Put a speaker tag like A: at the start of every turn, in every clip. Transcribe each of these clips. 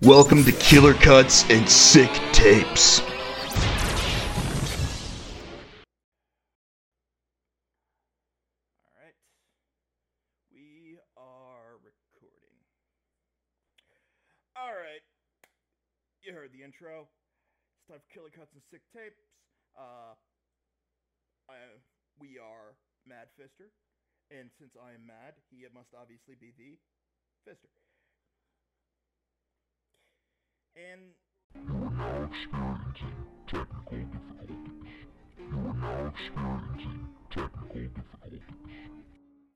A: Welcome to Killer Cuts and Sick Tapes.
B: All right. We are recording. All right. You heard the intro. It's time for Killer Cuts and Sick Tapes. Uh, I, we are Mad Fister. And since I am mad, he must obviously be the Fister. And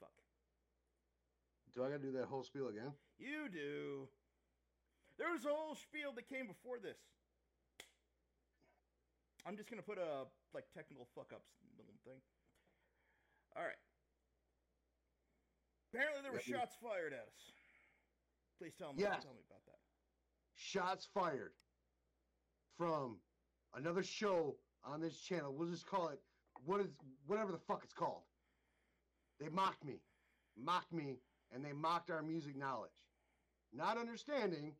B: fuck.
C: Do I gotta do that whole spiel again?
B: You do. There was a whole spiel that came before this. I'm just gonna put a like technical fuck ups little thing. All right. Apparently there were
C: Yeah, we-
B: shots fired at us. Please tell me.
C: Yeah.
B: Tell me about that.
C: Shots fired from another show on this channel. We'll just call it what is whatever the fuck it's called. They mocked me, mocked me, and they mocked our music knowledge, not understanding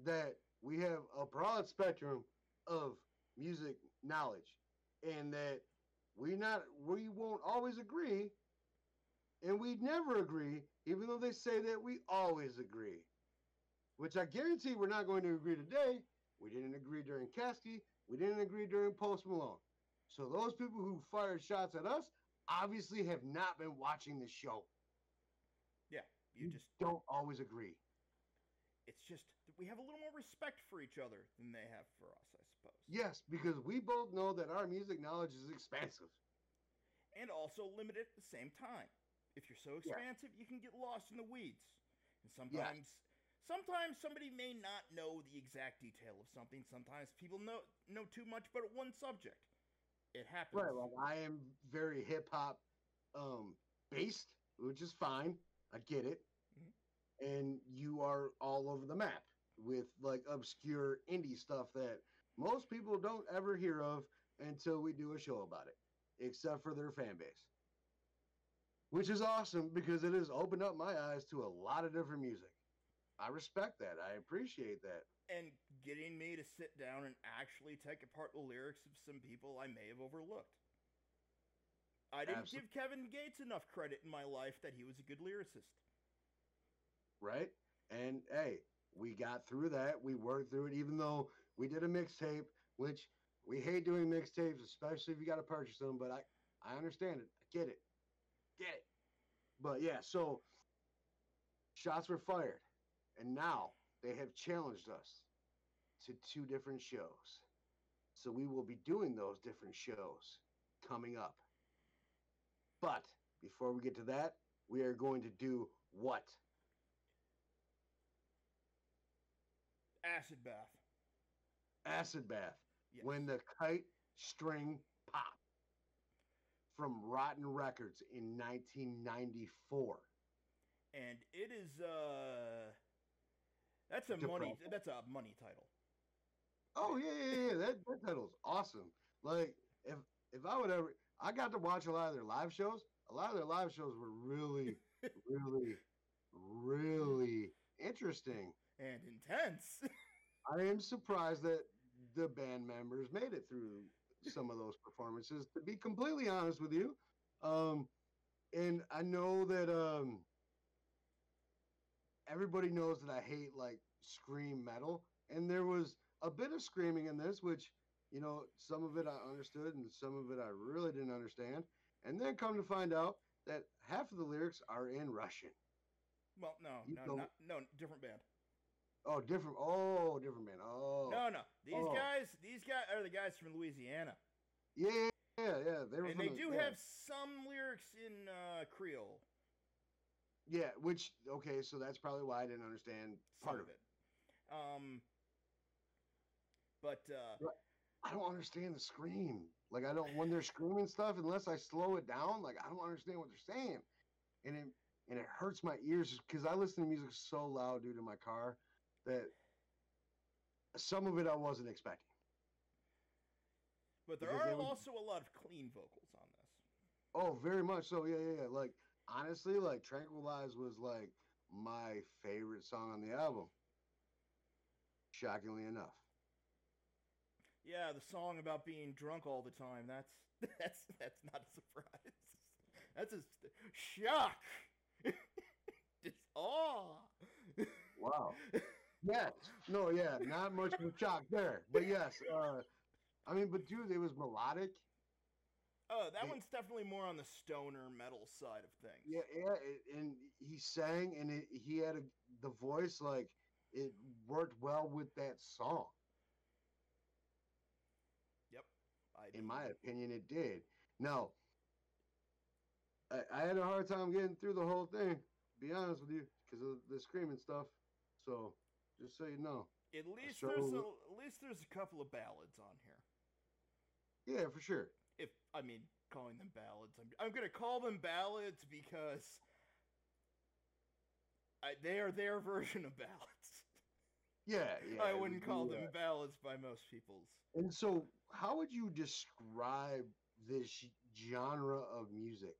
C: that we have a broad spectrum of music knowledge, and that we not we won't always agree, and we never agree, even though they say that we always agree. which I guarantee we're not going to agree today. We didn't agree during Kasky. We didn't agree during Post Malone. So those people who fired shots at us obviously have not been watching the show.
B: Yeah.
C: Mm.
B: You just
C: don't always agree.
B: it's just that we have a little more respect for each other than they have for us, I suppose.
C: Yes, because we both know that our music knowledge is expansive.
B: and also limit it at the same time. If you're so
C: Yeah.
B: expansive, you can get lost in the weeds. And
C: Yeah.
B: sometimes sometimes somebody may not know the exact detail of something. Sometimes people know know too much about one subject. It happens.
C: Right. Like I am very hip hop um, based, which is fine. I get it.
B: Mhm.
C: And you are all over the map with like obscure indie stuff that most people don't ever hear of until we do a show about it, except for their fan base. Which is awesome because it has opened up my eyes to a lot of different music. I respect that. I appreciate that.
B: and getting me to sit down and actually take apart the lyrics of some people I may have overlooked. I didn't
C: Absol-
B: give Kevin Gates enough credit in my life that he was a good lyricist.
C: right? And hey, we got through that. We worked through it, even though we did a mixtape, which we hate doing mixtapes, especially if you got to purchase them. But I, I understand it. I get it. Get it. But yeah, so shots were fired, and now they have challenged us to two different shows. So we will be doing those different shows coming up. But before we get to that, we are going to do what?
B: Acid bath.
C: acid bath
B: Yes.
C: when the kite string pop from rotten records in 1994
B: and it is uh that's a money
C: Depressing.
B: that's a money title
C: oh yeah yeah yeah that, that title's awesome like if if i would ever i got to watch a lot of their live shows a lot of their live shows were really really really interesting
B: and intense
C: i am surprised that the band members made it through some of those performances to be completely honest with you um and i know that um everybody knows that i hate like scream metal and there was a bit of screaming in this which you know some of it i understood and some of it i really didn't understand and then come to find out that half of the lyrics are in russian
B: well no
C: You
B: no
C: don't-
B: not, no different band
C: oh different oh different man oh
B: no no these
C: Oh.
B: guys these guys are the guys from louisiana
C: yeah yeah yeah they were
B: and
C: from
B: they
C: the-
B: do
C: yeah.
B: have some lyrics in uh creole
C: Yeah, which okay, so that's probably why I didn't understand
B: some
C: part of it.
B: um but uh
C: I don't understand the scream. Like I don't when they're screaming stuff unless I slow it down, like I don't understand what they're saying. And it and it hurts my ears cuz I listen to music so loud dude in my car that some of it I wasn't expecting.
B: but there
C: because they
B: are
C: would-
B: also a lot of clean vocals on this
C: Oh, very much so. Yeah, yeah, yeah. Like honestly, like Tranquilize was like my favorite song on the album. Shockingly enough.
B: Yeah, the song about being drunk all the time. That's that's that's not a surprise. That's a st- shock. Just awe.
C: Wow. Yes. No, yeah, not much of a shock there. But yes, uh, I mean, but dude, it was melodic.
B: Oh, that
C: Yeah.
B: one's definitely more on the stoner metal side of things.
C: Yeah, yeah, a- and he sang, and it, he had a, the voice like it worked well with that song.
B: I
C: In
B: do.
C: my opinion, it did. Now, I, I had a hard time getting through the whole thing. To be honest with you, because of the screaming stuff. So, just so you know,
B: At least there's a,
C: struggle
B: at least there's a couple of ballads on here.
C: yeah, for sure.
B: If I mean calling them ballads, I'm I'm gonna call them ballads because I, they are their version of ballads.
C: Yeah, yeah.
B: I
C: it
B: wouldn't
C: would
B: call
C: be, uh,
B: them ballads by most people's.
C: And so, how would you describe this genre of music?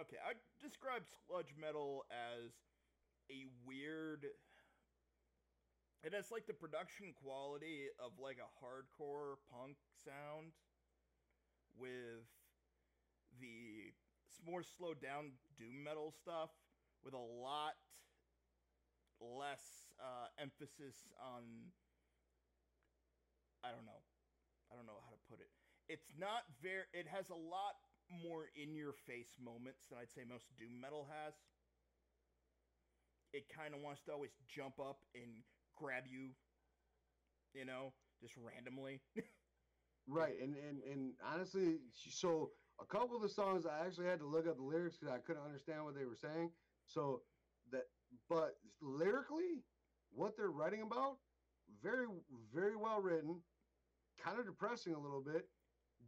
B: Okay, I describe sludge metal as a weird. It has like the production quality of like a hardcore punk sound with the s- more slowed down doom metal stuff with a lot less uh, emphasis on. I don't know. I don't know how to put it. It's not very. It has a lot more in your face moments than I'd say most doom metal has. It kind of wants to always jump up and grab you, you know, just randomly.
C: Right, and and and honestly, sh- so a couple of the songs I actually had to look up the lyrics because I couldn't understand what they were saying. So that, but lyrically, what they're writing about, very very well written, kind of depressing a little bit,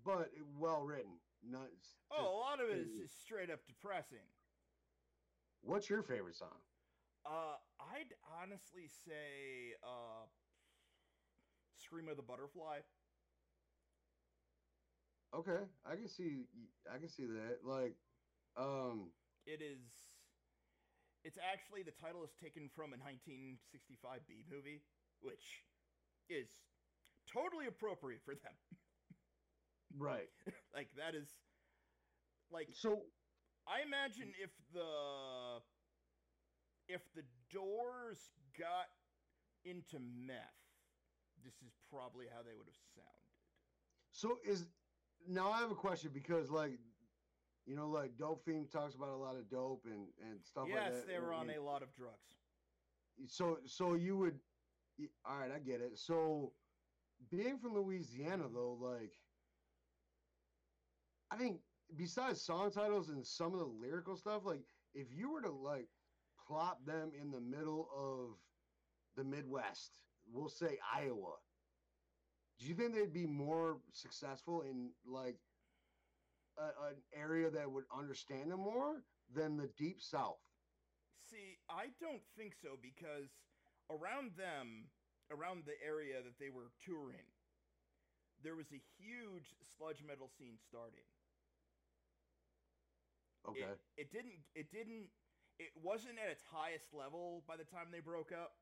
C: but it- well written. Not it's just-
B: Oh, a lot of it is
C: Mm.
B: just straight up depressing.
C: what's your favorite song?
B: Uh, I'd honestly say, uh, Scream of the Butterfly.
C: Okay, I can see I can see that. Like, um,
B: It is. It's actually the title is taken from a 1965 B movie, which is totally appropriate for them.
C: right.
B: like that is like
C: So
B: I imagine if the if the doors got into meth, this is probably how they would have sounded.
C: So is now I have a question because like you know like Dope Fiend talks about a lot of dope and and stuff like
B: yes,
C: that.
B: they were on
C: and-
B: a lot of drugs.
C: So so you would y- all right, I get it. So being from Louisiana though, like I think besides song titles and some of the lyrical stuff, like if you were to like plop them in the middle of the Midwest, we'll say Iowa, do you think they'd be more successful in like a, an area that would understand them more than the deep South?
B: See, I don't think so because around them, around the area that they were touring, there was a huge sludge metal scene starting.
C: Okay.
B: It, it didn't. It didn't. It wasn't at its highest level by the time they broke up,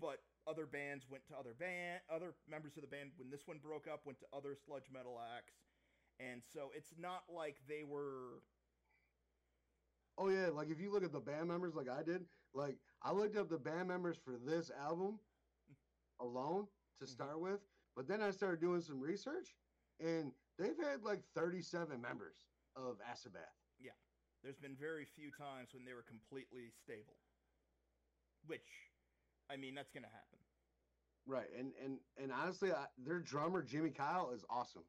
B: but other bands went to other band, other members of the band when this one broke up went to other sludge metal acts, and so it's not like they were.
C: Oh yeah, like if you look at the band members, like I did, like I looked up the band members for this album alone to
B: Mhm.
C: start with, but then I started doing some research, and they've had like 37 members of Asabath.
B: There's been very few times when they were completely stable, which, I mean, that's gonna happen.
C: Right, and and and honestly, I, their drummer Jimmy Kyle is awesome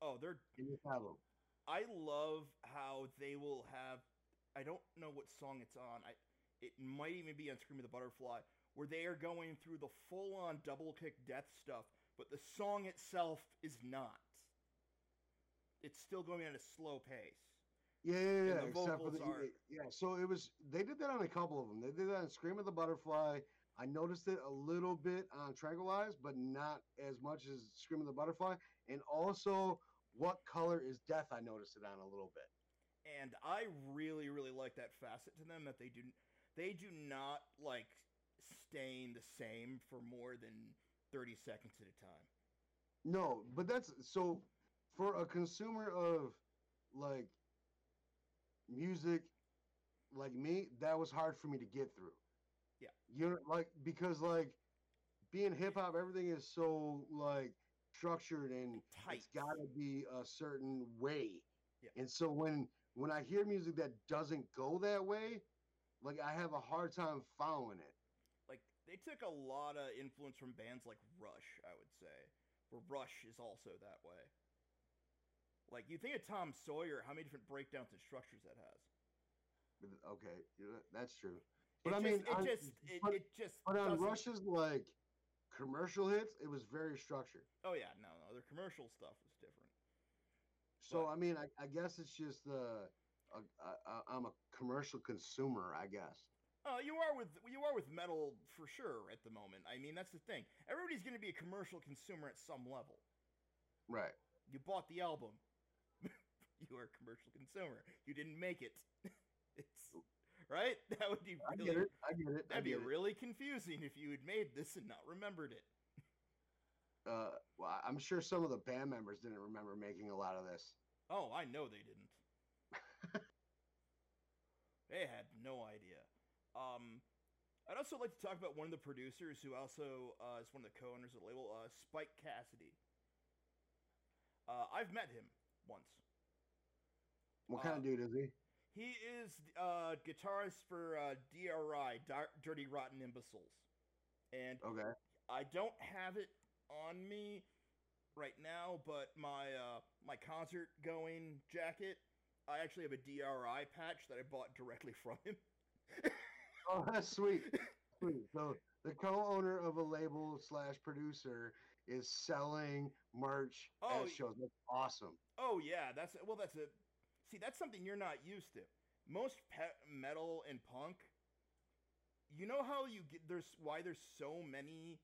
B: Oh, they're
C: in this album.
B: I love how they will have. I don't know what song it's on. I it might even be on Scream of the Butterfly, where they are going through the full on double kick death stuff, but the song itself is not. It's still going at a slow pace.
C: Yeah, yeah, yeah.
B: the
C: except for
B: vocals
C: the, E
B: are-
C: yeah. So it was. They did that on a couple of them. They did that on "Scream of the Butterfly." I noticed it a little bit on "Tranquilized," but not as much as "Scream of the Butterfly." And also, "What Color Is Death?" I noticed it on a little bit.
B: And I really, really like that facet to them that they do. They do not like staying the same for more than 30 seconds at a time.
C: No, but that's so for a consumer of like music like me, that was hard for me to get through.
B: Yeah.
C: You know like because like being hip hop everything is so like structured and
B: Tight.
C: it's got to be a certain way.
B: Yeah.
C: And so when when I hear music that doesn't go that way, like I have a hard time following it.
B: like they took a lot of influence from bands like Rush, I would say. Where Rush is also that way. Like you think of Tom Sawyer, how many different breakdowns and structures that has.
C: Okay, yeah, that's true.
B: It
C: But I
B: just,
C: mean,
B: it
C: on-
B: just, it,
C: but-
B: it just.
C: But on
B: doesn't-
C: Rush's like commercial hits, it was very structured.
B: Oh yeah, no, no, their commercial stuff was different.
C: So
B: Right.
C: I mean, I, I guess it's just the uh, I'm a commercial consumer, I guess.
B: Uh, you are with you are with metal for sure at the moment. I mean, that's the thing. Everybody's going to be a commercial consumer at some level.
C: Right.
B: You bought the album. you are a commercial consumer. You didn't make it. it's right. That would be
C: I
B: really
C: get it. I get it.
B: That'd
C: I
B: be
C: get it.
B: really confusing if you had made this and not remembered it.
C: Uh, well, I- I'm sure some of the band members didn't remember making a lot of this.
B: Oh, I know they didn't. they had no idea. Um, I'd also like to talk about one of the producers who also uh, is one of the co-owners of the label, uh, Spike Cassidy. Uh, I've met him once.
C: What
B: Uh,
C: kind of dude is he?
B: He is uh, guitarist for uh, DRI, Dir- Dirty Rotten Imbeciles, and
C: Okay.
B: I don't have it on me right now, but my uh, my concert going jacket, I actually have a DRI patch that I bought directly from him.
C: Oh, that's sweet. sweet. So the co-owner of a label slash producer is selling merch
B: Oh,
C: at shows. That's awesome.
B: oh yeah, that's well, that's a see, that's something you're not used to. Most pe- metal and punk, you know how you get there's why there's so many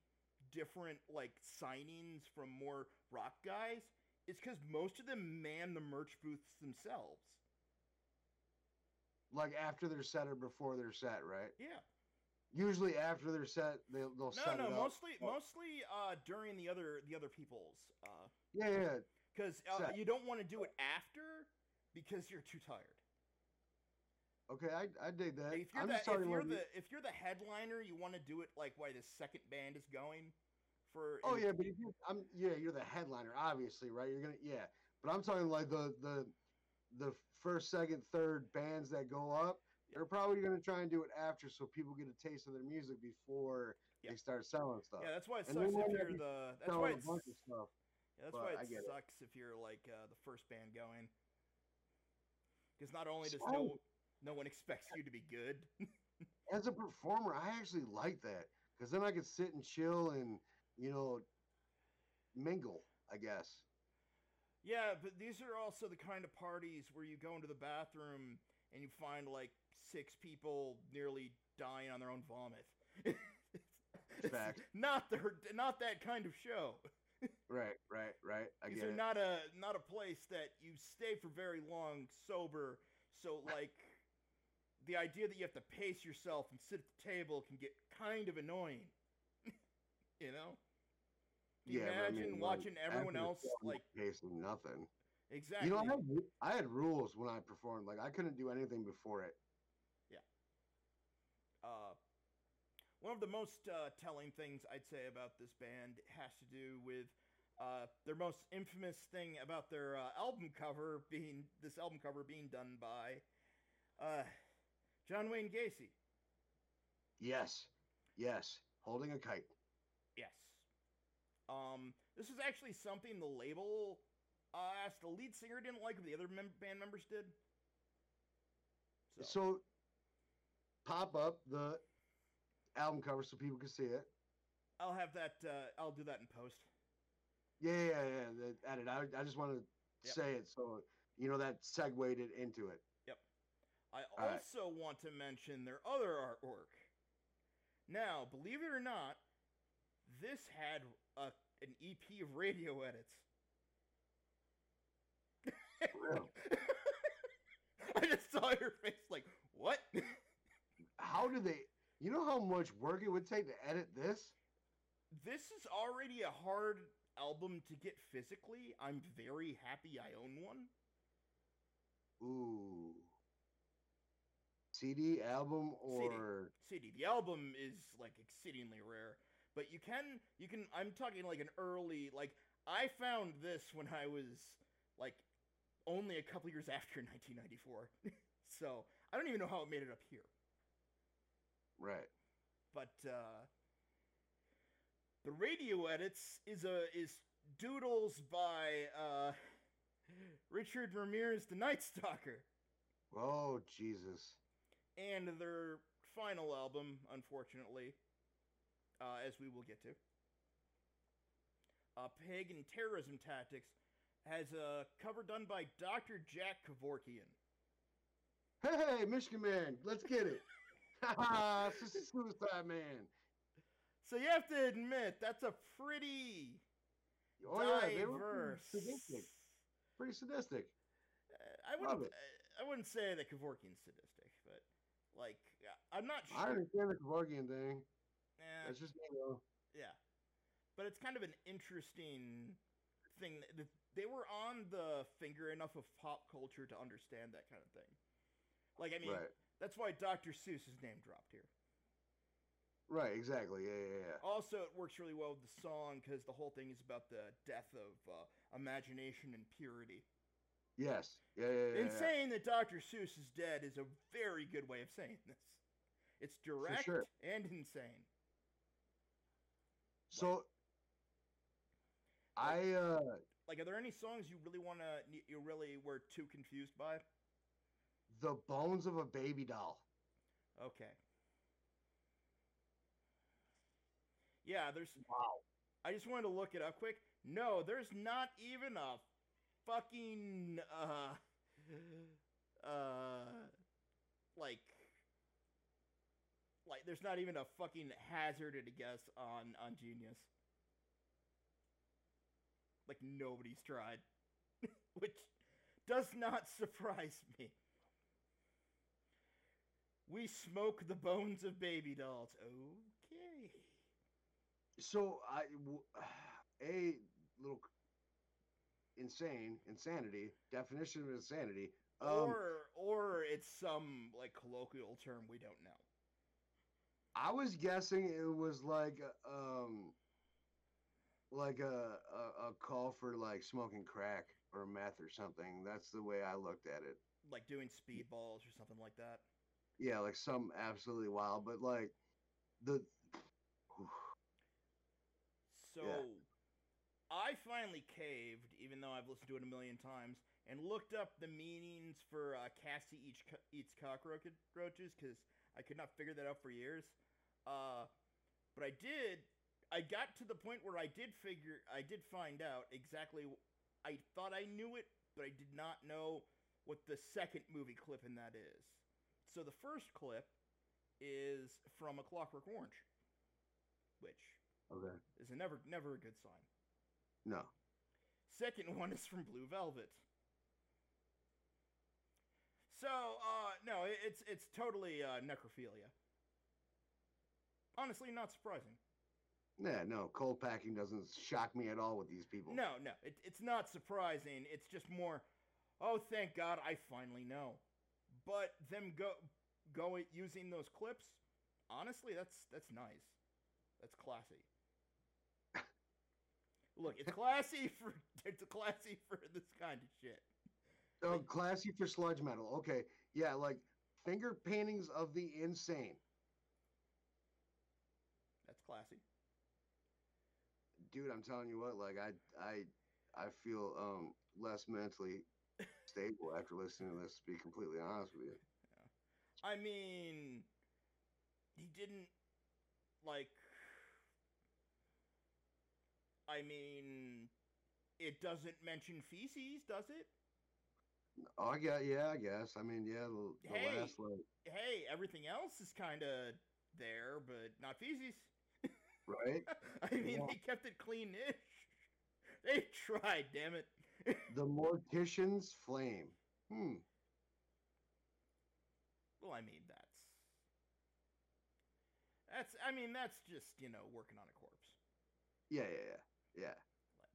B: different like signings from more rock guys. It's because most of them man the merch booths themselves.
C: Like after they're set or before they're set, right?
B: Yeah.
C: Usually after they're set, they'll, they'll
B: No,
C: set
B: no,
C: it up.
B: mostly,
C: Oh.
B: mostly uh, during the other the other people's,
C: Yeah, yeah, yeah.
B: because uh,
C: Set.
B: you don't want to do it after because you're too tired.
C: Okay, I, I dig that.
B: If you're
C: I'm
B: the if
C: just talking
B: you're
C: about the-
B: the if you're the headliner, you want to do it like why the second band is going for.
C: Oh
B: and-
C: yeah, but if you, I'm yeah, you're the headliner, obviously, right? You're gonna yeah, but I'm talking like the the the first, second, third bands that go up. They're probably gonna try and do it after, so people get a taste of their music before
B: Yeah.
C: they start selling stuff.
B: yeah, that's why it
C: And
B: sucks
C: then
B: if
C: why
B: you're
C: you
B: the. That's why
C: selling
B: it's.
C: a bunch of stuff.
B: Yeah, that's
C: but
B: why
C: I
B: it
C: get it.
B: sucks if you're like uh, the first band going. Because not only does
C: So-
B: no no one expects you to be good.
C: As a performer, I actually like that because then I could sit and chill and you know mingle. I guess.
B: Yeah, but these are also the kind of parties where you go into the bathroom and you find like six people nearly dying on their own vomit. It's
C: Fact.
B: Not the not that kind of show.
C: Right, right, right. I
B: These
C: get
B: are
C: it.
B: not a not a place that you stay for very long sober. So like the idea that you have to pace yourself and sit at the table can get kind of annoying. you know? Can you
C: but I
B: imagine
C: mean, like,
B: watching everyone
C: after the
B: else
C: show, I'm
B: like
C: facing nothing.
B: exactly
C: You know, I had, ru- I had rules when I performed. Like I couldn't do anything before it.
B: uh, one of the most uh, telling things I'd say about this band has to do with uh, their most infamous thing about their uh, album cover being this album cover being done by uh, John Wayne Gacy.
C: Yes, yes, holding a kite.
B: Yes. Um, this is actually something the label uh, asked the lead singer didn't like, but the other mem- band members did.
C: So, pop up the album cover so people can see it.
B: I'll have that. Uh, I'll do that in post.
C: Yeah, yeah, yeah. yeah, that- Added. I, I just want to
B: Yep.
C: say it so you know that segued it into it.
B: I
C: All right.
B: also want to mention their other artwork. Now, believe it or not, this had a, an EP of radio edits.
C: Really?
B: I just saw your face like, what?
C: How do they? You know how much work it would take to edit this?
B: This is already a hard album to get physically. I'm very happy I own one.
C: Ooh. CD, album, or
B: CD. The album is like exceedingly rare, but you can you can I'm talking like an early like I found this when I was like only a couple years after 1994. so, I don't even know how it made it up here.
C: right?
B: but uh, the radio edits is a is doodles by uh, Richard Ramirez, the Night Stalker,
C: Oh Jesus!
B: and their final album, unfortunately, uh, as we will get to. Uh, Pagan Terrorism Tactics has a cover done by Dr. Jack Kevorkian.
C: Hey, Michigan man, let's get it. Haha, this is Suicide Man.
B: So you have to admit that's a pretty
C: Oh yeah, they were
B: diverse.
C: pretty sadistic. Pretty sadistic.
B: Uh, I
C: Love
B: wouldn't. I- I wouldn't say that Kevorkian's sadistic, but like I- I'm not
C: I
B: sure.
C: understand the Kevorkian thing.
B: Eh,
C: That's just you know,
B: yeah, but it's kind of an interesting thing. that- that They were on the finger enough of pop culture to understand that kind of thing. Like I mean,
C: right,
B: that's why Dr. Seuss is name dropped here.
C: right, exactly. Yeah, yeah, yeah.
B: Also, it works really well with the song because the whole thing is about the death of uh, imagination and purity.
C: Yes, yeah, yeah, yeah.
B: And
C: yeah.
B: saying that Dr. Seuss is dead is a very good way of saying this. It's direct
C: sure.
B: and insane.
C: So, I uh,
B: Like, are there any songs you really want to, you really were too confused by?
C: the bones of a baby doll.
B: Okay. Yeah, there's.
C: Wow.
B: I just wanted to look it up quick. No, there's not even a fucking uh uh like like there's not even a fucking hazard at a guess on on genius. Like nobody's tried, which does not surprise me. We smoke the bones of baby dolls. Okay.
C: So I, w- a little c- insane insanity definition of insanity. Um,
B: or or it's some like colloquial term we don't know.
C: I was guessing it was like uh, um, like a, a a call for like smoking crack or meth or something. That's the way I looked at it.
B: Like doing speedballs or something like that.
C: Yeah, like some absolutely wild, but like the
B: So
C: Yeah.
B: I finally caved, even though I've listened to it a million times, and looked up the meanings for uh, Cassie eats, co- eats cockroaches because I could not figure that out for years. Uh, but I did. I got to the point where I did figure. I did find out exactly. wh- I thought I knew it, but I did not know what the second movie clip in that is. So the first clip is from A Clockwork Orange, which
C: okay,
B: is a never never a good sign.
C: no,
B: Second one is from Blue Velvet. So uh, no, it- it's it's totally uh, necrophilia. Honestly, not surprising.
C: yeah, no. Cold packing doesn't shock me at all with these people.
B: No, no, it, it's not surprising. It's just more, oh, thank God, I finally know. But them go going using those clips, honestly, that's that's nice. That's classy. Look, it's classy for it's classy for this kind of shit.
C: Oh, classy for sludge metal. Okay. Yeah, like finger paintings of the insane.
B: That's classy.
C: Dude, I'm telling you what, like I I I feel um less mentally stable after listening to this, to be completely honest with you.
B: I mean, he didn't like. I mean, it doesn't mention feces, does it?
C: Oh, I got yeah, I guess. I mean, yeah, the, the
B: Hey.
C: last like
B: hey, everything else is kind of there, but not feces.
C: right?
B: I mean,
C: Yeah.
B: they kept it clean-ish. They tried, damn it.
C: The mortician's flame. Hmm.
B: Well, I mean, that's That's I mean that's just you know working on a corpse.
C: Yeah, yeah, yeah,
B: Like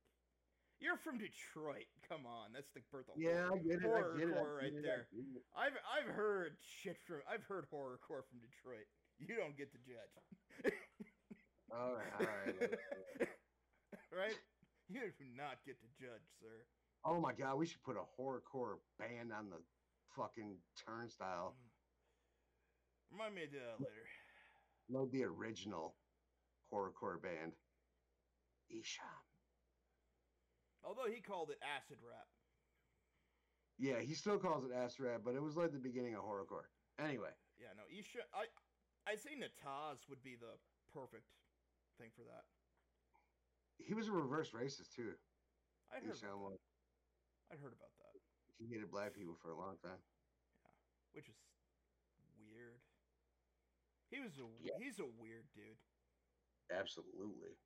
B: you're from Detroit. Come on, that's the birth of
C: yeah. Yeah, I
B: horror.
C: get it.
B: horror
C: I get it. I
B: core right
C: get it, I
B: there.
C: get it.
B: I've I've heard shit from I've heard horrorcore from Detroit. You don't get to judge,
C: All right, all right. all right.
B: right? You do not get to judge, sir.
C: Oh my god, we should put a horrorcore band on the fucking turnstile.
B: Remind me to do that later.
C: Load the original horrorcore band. Isha.
B: Although he called it acid rap.
C: Yeah, he still calls it ass rap, but it was like the beginning of horrorcore. Anyway,
B: Yeah, no, Isha. I I'd say Nataz would be the perfect thing for that.
C: he was a reverse racist too.
B: I heard.
C: Isha
B: About
C: was.
B: that. I heard about that,
C: He hated black people for a long time.
B: which is weird. He was a w-
C: Yeah.
B: he's a weird dude,
C: Absolutely.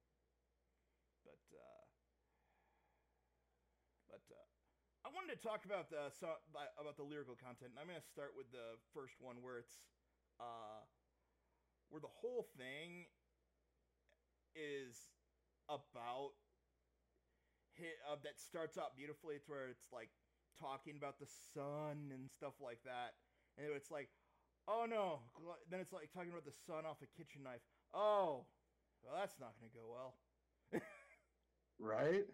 B: but uh, but uh, I wanted to talk about the so, by- about the lyrical content. And I'm gonna start with the first one where it's uh, where the whole thing is about hit uh, that starts out beautifully to where it's like talking about the sun and stuff like that and it's like oh no gl- then it's like talking about the sun off a kitchen knife oh well that's not gonna go well
C: Right?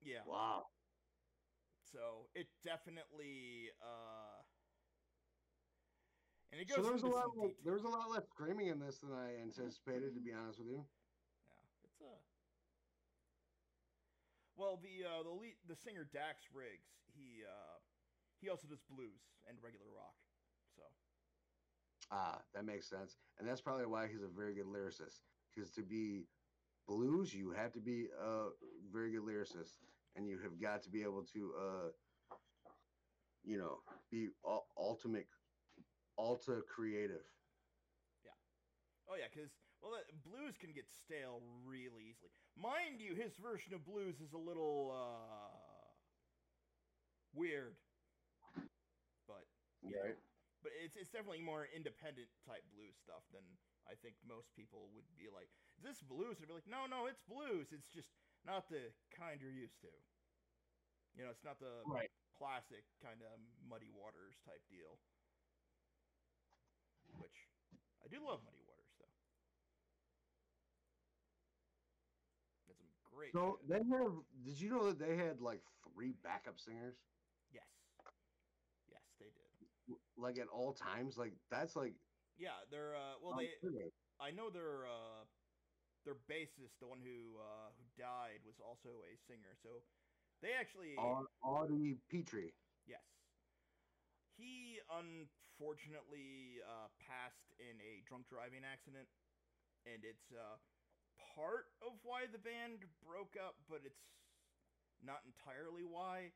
B: yeah
C: Wow.
B: so it definitely uh and it goes
C: So there was a
B: into
C: lot.
B: some
C: Like,
B: detail.
C: there was a lot less screaming in this than I anticipated, to be honest with you.
B: Yeah, it's a. Well, the uh, the lead, the singer Dax Riggs, he uh, he also does blues and regular rock. So
C: Ah, that makes sense, and that's probably why he's a very good lyricist. Because to be blues, you have to be a very good lyricist, and you have got to be able to, uh, you know, be ul- ultimate, ultra creative.
B: oh yeah, because well, that, blues can get stale really easily. Mind you, his version of blues is a little uh, weird, but you know,
C: Right.
B: but it's it's definitely more independent type blues stuff than I think most people would be like. Is this blues? And be like, no, no, it's blues. It's just not the kind you're used to. You know, it's not the
C: Right.
B: classic kind of muddy waters type deal. Which I do love muddy waters though. That's some great.
C: So
B: shit.
C: they have. Did you know that they had like three backup singers,
B: yes, yes, they did.
C: like at all times? Like that's like.
B: Yeah, they're uh,
C: Um,
B: well, they
C: unheard of.
B: I know their uh, their bassist, the one who uh, who died, was also a singer. So they actually
C: Ar- Audie Petrie.
B: yes, he unfortunately uh, passed in a drunk driving accident, and it's uh, part of why the band broke up, but it's not entirely why.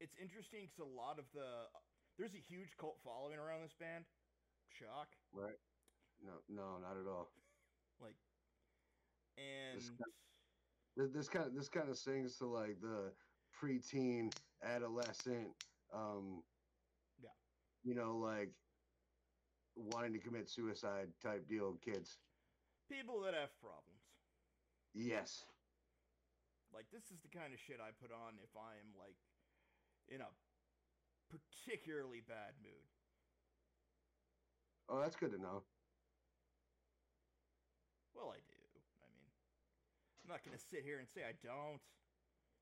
B: It's interesting because a lot of the there's a huge cult following around this band. Shock,
C: No, no, not at all.
B: like, and.
C: Th- This kind of this kind of sings to like the preteen, adolescent, um,
B: Yeah.
C: you know, like wanting to commit suicide type deal kids.
B: people that have problems.
C: Yes,
B: Like this is the kind of shit I put on if I am like in a particularly bad mood.
C: oh, that's good to know.
B: Well, I do. I mean, I'm not gonna sit here and say I don't.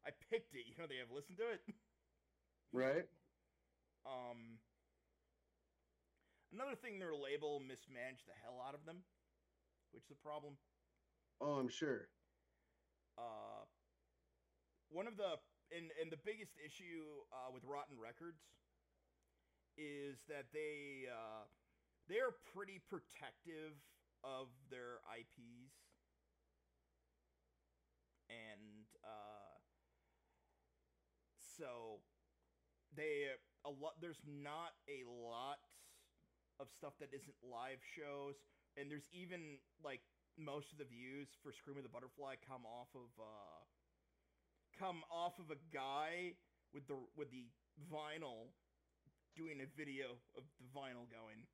B: I picked it. You know they have listened to it.
C: Right?
B: Um, another thing, their label mismanaged the hell out of them, which is a problem.
C: Oh, I'm sure.
B: uh, one of the and and the biggest issue uh, with Rotten Records is that they uh, they're pretty protective of their IPs, and uh, so they a lot there's not a lot of stuff that isn't live shows, and there's even like most of the views for Scream of the Butterfly come off of uh, come off of a guy with the with the vinyl doing a video of the vinyl going.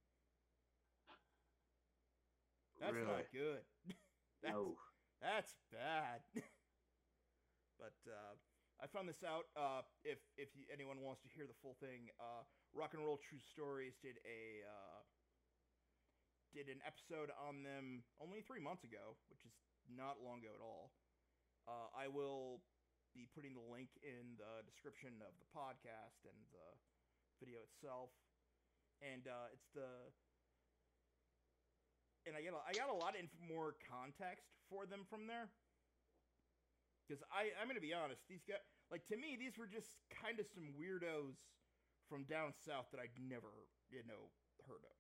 B: That's
C: really? Oh,
B: not good. that's,
C: No.
B: that's bad. but uh, I found this out. Uh, if if you, anyone wants to hear the full thing, uh, Rock and Roll True Stories did a uh, did an episode on them only three months ago, which is not long ago at all. Uh, I will be putting the link in the description of the podcast and the video itself, and uh, it's the and I get a, I got a lot of inf- more context for them from there. Because I I'm gonna be honest, these guys like to me these were just kind of some weirdos from down south that I'd never you know heard of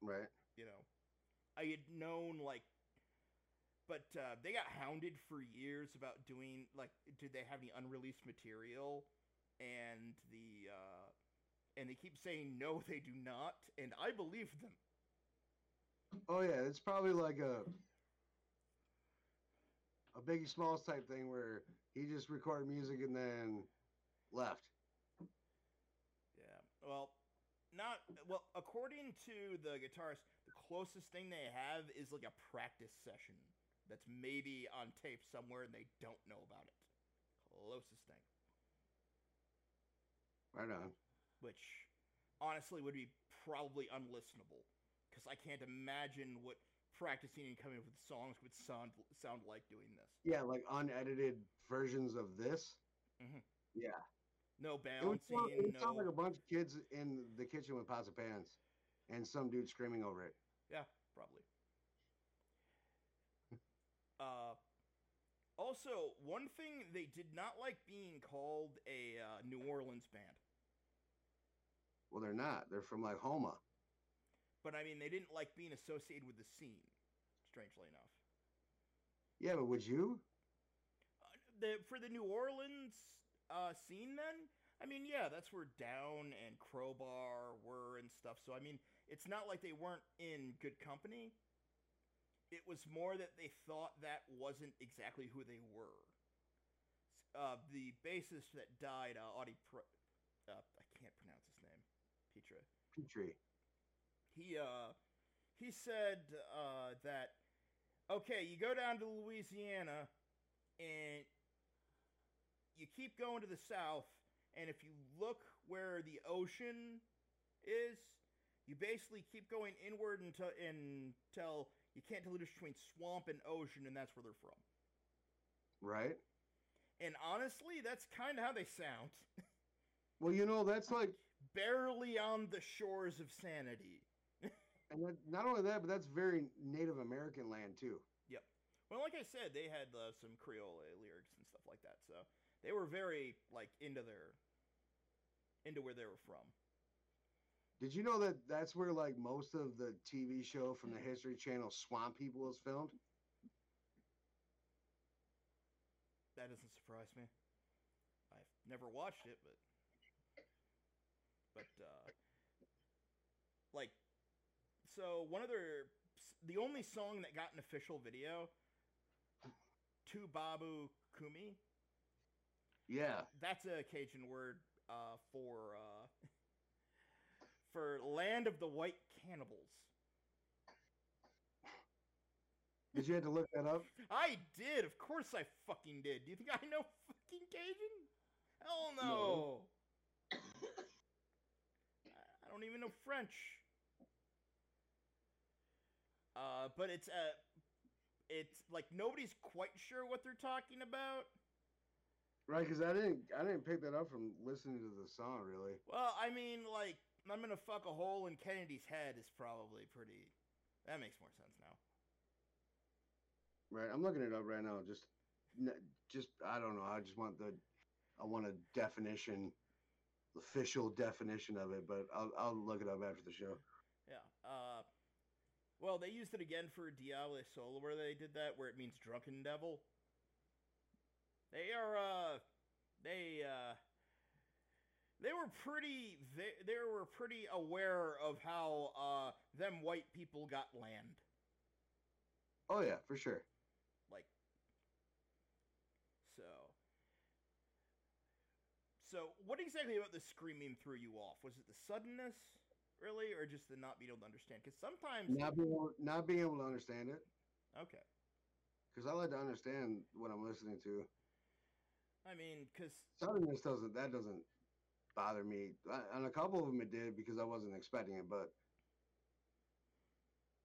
C: Right.
B: you know i had known like but uh, they got hounded for years about doing like did they have any unreleased material and the uh, and they keep saying no they do not and i believe them
C: Oh yeah, it's probably like a a Biggie Smalls type thing where he just recorded music and then left.
B: yeah well not well according to the guitarist the closest thing they have is like a practice session that's maybe on tape somewhere and they don't know about it closest thing
C: Right on.
B: which honestly would be probably unlistenable because I can't imagine what practicing and coming up with songs would sound sound like doing this.
C: Yeah, like unedited versions of this.
B: No
C: It would,
B: balancing,
C: sound, it would sound like a
B: no
C: bunch of kids in the kitchen with pots of pans, and some dude screaming over it.
B: probably. Uh, also, one thing they did not like being called a uh, New Orleans band,
C: Well, they're not. They're from like Homa.
B: but I mean they didn't like being associated with the scene. Strangely enough,
C: Yeah, but would you?
B: uh, the for the New Orleans uh, scene, then I mean, yeah, that's where Down and Crowbar were and stuff. So I mean, it's not like they weren't in good company. It was more that they thought that wasn't exactly who they were. Uh, the bassist that died, uh, Audie, Pro- uh, I can't pronounce his name, Petra
C: Petrie.
B: he uh he said uh that okay you go down to louisiana and you keep going to the south and if you look where the ocean is you basically keep going inward until until you can't tell the difference between swamp and ocean and that's where they're from
C: Right.
B: and honestly that's kind of how they sound
C: Well, you know that's like,
B: barely on the shores of sanity
C: and that, not only that, but that's very Native American land too.
B: Well, like I said, they had uh, some Creole lyrics and stuff like that, so they were very like into their into where they were from.
C: Did you know that that's where like most of the TV show from the History Channel Swamp People is filmed?
B: That doesn't surprise me. I've never watched it, but but uh, like so one of their the only song that got an official video, "To Babu Kumi,"
C: Yeah.
B: that's a Cajun word uh, for uh, for land of the white cannibals.
C: Did you have to look that up?
B: I did. Of course I fucking did. Do you think I know fucking Cajun? Hell no.
C: No.
B: I- I don't even know French. Uh, but it's uh, it's like nobody's quite sure what they're talking about.
C: Right, because I didn't I didn't pick that up from listening to the song really.
B: Well, I mean, like I'm gonna fuck a hole in Kennedy's head is probably pretty. That makes more sense now.
C: Right. I'm looking it up right now. Just n- just I don't know. I just want the I want a definition, official definition of it, but I'll I'll look it up after the show.
B: Yeah. Uh, well, they used it again for Diablo Soul, where they did that, where it means drunken devil. They are, uh, they, uh, they were pretty, they, they were pretty aware of how, uh, them white people got land.
C: Oh yeah, for sure.
B: Like, so. So, what exactly about the screaming threw you off? Was it the suddenness, really, or just the not being able to understand? Because sometimes,
C: Not being able, not being able to understand it
B: okay,
C: because I like to understand what I'm listening to.
B: I mean, because
C: Southerners doesn't that doesn't bother me. I- On a couple of them it did because I wasn't expecting it, but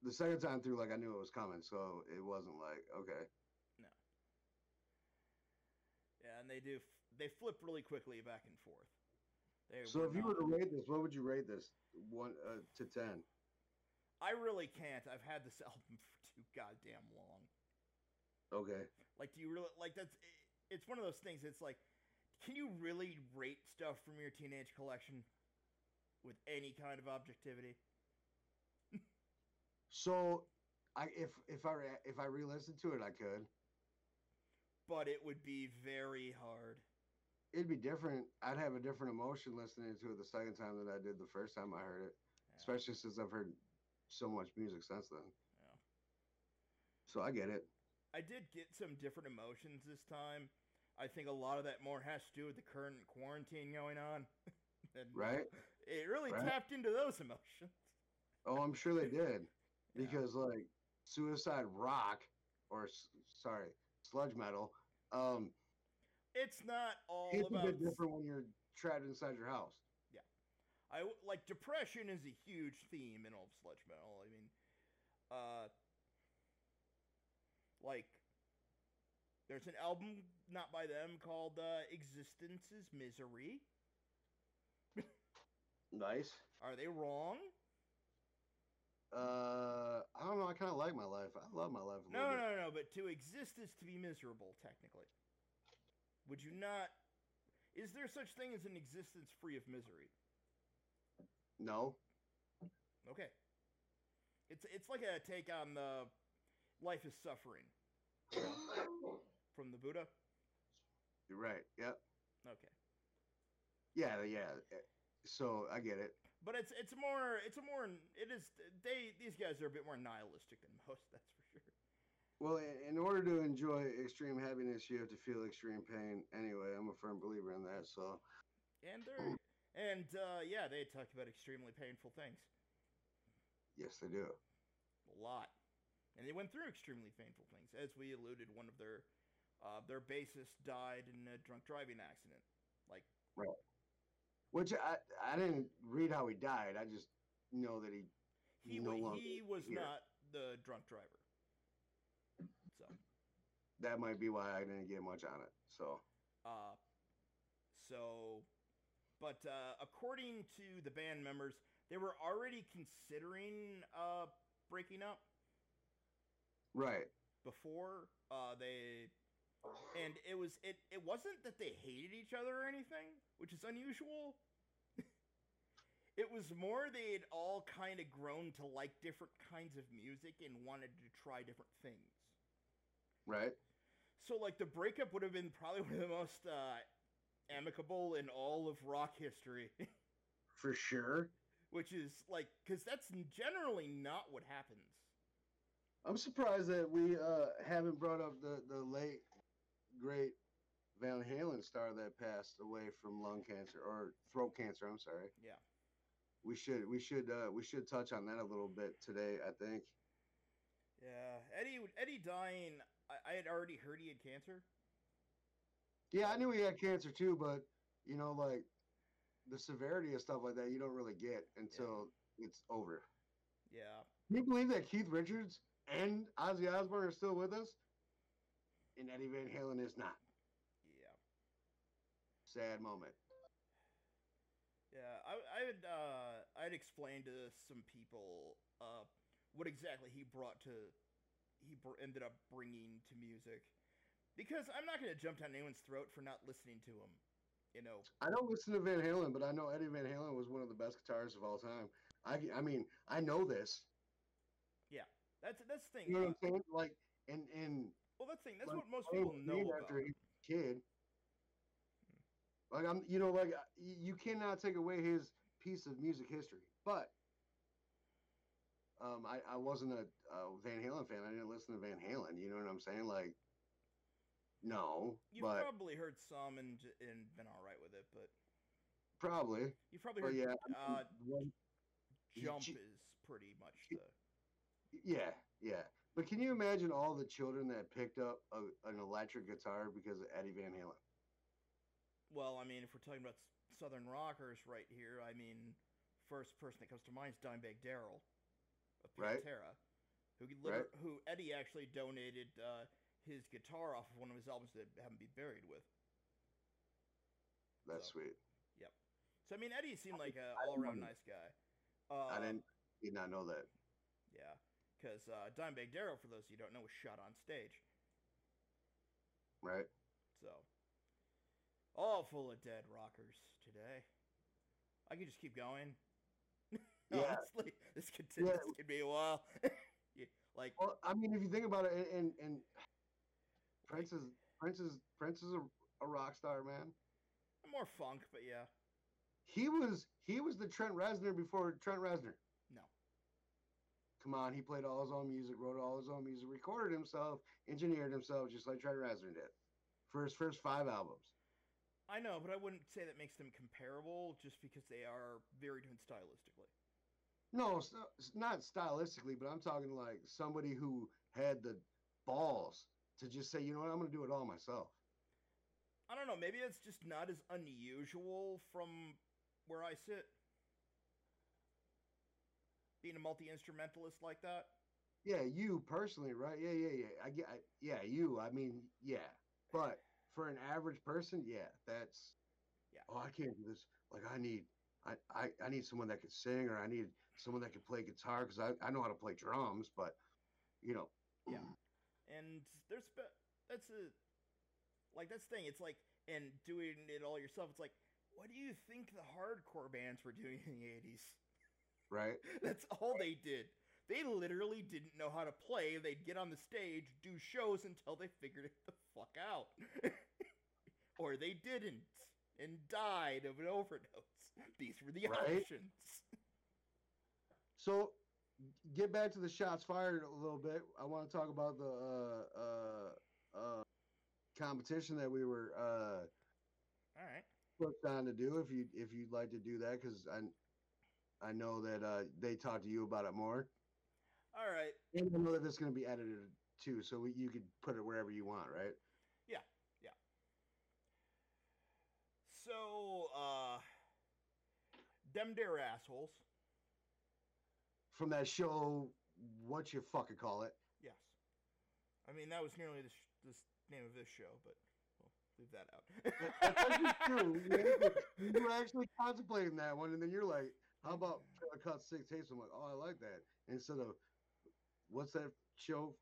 C: the second time through, like I knew it was coming, so it wasn't like okay.
B: yeah, and they do f- they flip really quickly back and forth. They
C: So if you
B: not-
C: were to rate this, what would you rate this one uh, to ten?
B: I really can't. I've had this album for too goddamn long.
C: Okay,
B: Like, do you really like that's? It, it's one of those things. It's like, can you really rate stuff from your teenage collection with any kind of objectivity?
C: so I if if I re- if I re-listened to it, I could.
B: But it would be very hard.
C: It'd be different. I'd have a different emotion listening to it the second time than I did the first time I heard it,
B: Yeah,
C: especially since I've heard so much music since then.
B: yeah.
C: So I get it.
B: I did get some different emotions this time. I think a lot of that more has to do with the current quarantine going on. than-
C: Right.
B: It really
C: Right.
B: tapped into those emotions.
C: Oh, I'm sure they did
B: Yeah.
C: because like Suicide Rock or s- sorry, Sludge Metal. Um,
B: It's not all
C: it's a
B: about.
C: bit different when you're trapped inside your house.
B: I w- like depression is a huge theme in all of sludge metal. I mean, uh, like there's an album not by them called uh, "Existence Is Misery."
C: Nice.
B: Are they wrong?
C: Uh, I don't know. I kind of like my life. I love my life. a
B: No,
C: little bit.
B: no, no. But to exist is to be miserable, technically. Would you not? Is there such thing as an existence free of misery?
C: no.
B: Okay. It's it's like a take on the life is suffering from the Buddha.
C: You're right. Yep.
B: Okay.
C: Yeah. Yeah. eh, So I get it.
B: But it's it's more it's a more it is they these guys are a bit more nihilistic than most. That's for sure.
C: Well, i- in order to enjoy extreme happiness, you have to feel extreme pain. Anyway, I'm a firm believer in that. So
B: And they're and uh, yeah, they talk about extremely painful things
C: yes, they do.
B: a lot, and they went through extremely painful things. As we alluded, one of their uh, their bassist died in a drunk driving accident. Like
C: Which I I didn't read how he died. I just know that he.
B: he
C: No
B: wa-
C: longer
B: he was
C: here.
B: not the drunk driver. So
C: That might be why I didn't get much on it. So
B: Uh, so, but uh, according to the band members, they were already considering uh, breaking up
C: right.
B: before uh, they, and it was it it wasn't that they hated each other or anything, which is unusual. it was more they'd all kind of grown to like different kinds of music and wanted to try different things.
C: Right.
B: So like the breakup would have been probably one of the most uh, amicable in all of rock history,
C: For sure.
B: which is like because that's n- generally not what happens.
C: I'm surprised that we uh, haven't brought up the, the late great Van Halen star that passed away from lung cancer or throat cancer. I'm sorry.
B: Yeah.
C: We should we should uh, we should touch on that a little bit today. I think.
B: Yeah, Eddie Eddie dying. I, I had already heard he had cancer.
C: Yeah, I knew he had cancer too, but you know, like the severity of stuff like that, you don't really get until it's over.
B: Yeah,
C: Can you believe that Keith Richards and Ozzy Osbourne are still with us, and Eddie Van Halen is not?
B: yeah,
C: Sad moment.
B: yeah. I I had uh, I had explained to some people uh, what exactly he brought to he br- ended up bringing to music because I'm not gonna jump down anyone's throat for not listening to him. You know,
C: I don't listen to Van Halen, but I know Eddie Van Halen was one of the best guitarists of all time. I, I mean, I know this.
B: that's that's the thing.
C: You know what
B: uh,
C: I'm saying? Like, and and
B: Well, that's the thing. That's
C: Like, oh,
B: what most
C: playing
B: people
C: with
B: know
C: Creed
B: about.
C: after he was a kid. Like I'm, you know, like I- y- you cannot take away his piece of music history. But um, I, I wasn't a, a Van Halen fan. I didn't listen to Van Halen. You know what I'm saying? Like, no,
B: You've
C: but
B: probably heard some and j- and been all right with it, but
C: probably.
B: you've probably
C: But
B: heard
C: Oh, yeah,
B: uh,
C: when- You
B: jump
C: ju-
B: is pretty much
C: you-
B: the.
C: Yeah, yeah. But can you imagine all the children that picked up a, an electric guitar because of Eddie Van Halen?
B: Well, I mean, if we're talking about s- Southern rockers right here, I mean, first person that comes to mind is Dimebag Darrell of
C: Right.
B: Pantera, who could
C: Right.
B: liter- who Eddie actually donated uh, his guitar off of one of his albums to have him be buried with.
C: That's
B: So,
C: sweet.
B: So I mean, Eddie seemed like a
C: I
B: all around
C: didn't-
B: nice guy. Uh,
C: I didn't did not know that.
B: Yeah, because uh, Dimebag Darrell, for those of you who don't know, was shot on stage.
C: Right?
B: So, all full of dead rockers today. I could just keep going.
C: Yeah.
B: Honestly, this could t- this could be a while. Yeah, like,
C: Well, I mean, if you think about it, and and, and Prince is Prince is Prince is a, a rock star, man.
B: more funk, but yeah,
C: He was he was the Trent Reznor before Trent Reznor.
B: no,
C: Come on, he played all his own music, wrote all his own music, recorded himself, engineered himself, just like Trent Reznor did for his first five albums.
B: I know, but I wouldn't say that makes them comparable, just because they are very different stylistically.
C: No, it's not- it's not stylistically, but I'm talking like somebody who had the balls to just say, you know what, I'm going to do it all myself.
B: I don't know. Maybe it's just not as unusual from where I sit. Being a multi instrumentalist like that.
C: Yeah, you personally, right? Yeah, yeah, yeah. I get, I, yeah, you. I mean, yeah, but for an average person, yeah, that's.
B: Yeah.
C: Oh, I can't do this. Like, I need, I, I, I need someone that can sing, or I need someone that can play guitar because I, I know how to play drums, but, you know.
B: Yeah. and there's spe- that's a like that's the thing it's like and doing it all yourself it's like what do you think the hardcore bands were doing in the 80s
C: Right.
B: that's all they did they literally didn't know how to play they'd get on the stage do shows until they figured it the fuck out or they didn't and died of an overdose these were the
C: Right.
B: options
C: So, get back to the shots fired a little bit. I want to talk about the uh, uh, uh, competition that we were uh,
B: all right
C: put on to do. If you if you'd like to do that, because I I know that uh, they talked to you about it more,
B: all right
C: and I know that it's going to be edited too, so we, you could put it wherever you want, right?
B: so uh them dare assholes
C: From that show, what you fucking call it?
B: Yes. I mean, that was nearly the, sh- the s- name of this show, but we'll leave that out.
C: That's true. You were actually contemplating that one, and then you're like, "How about I cut six tapes?" I'm like, "Oh, I like that." Instead of, "What's that show?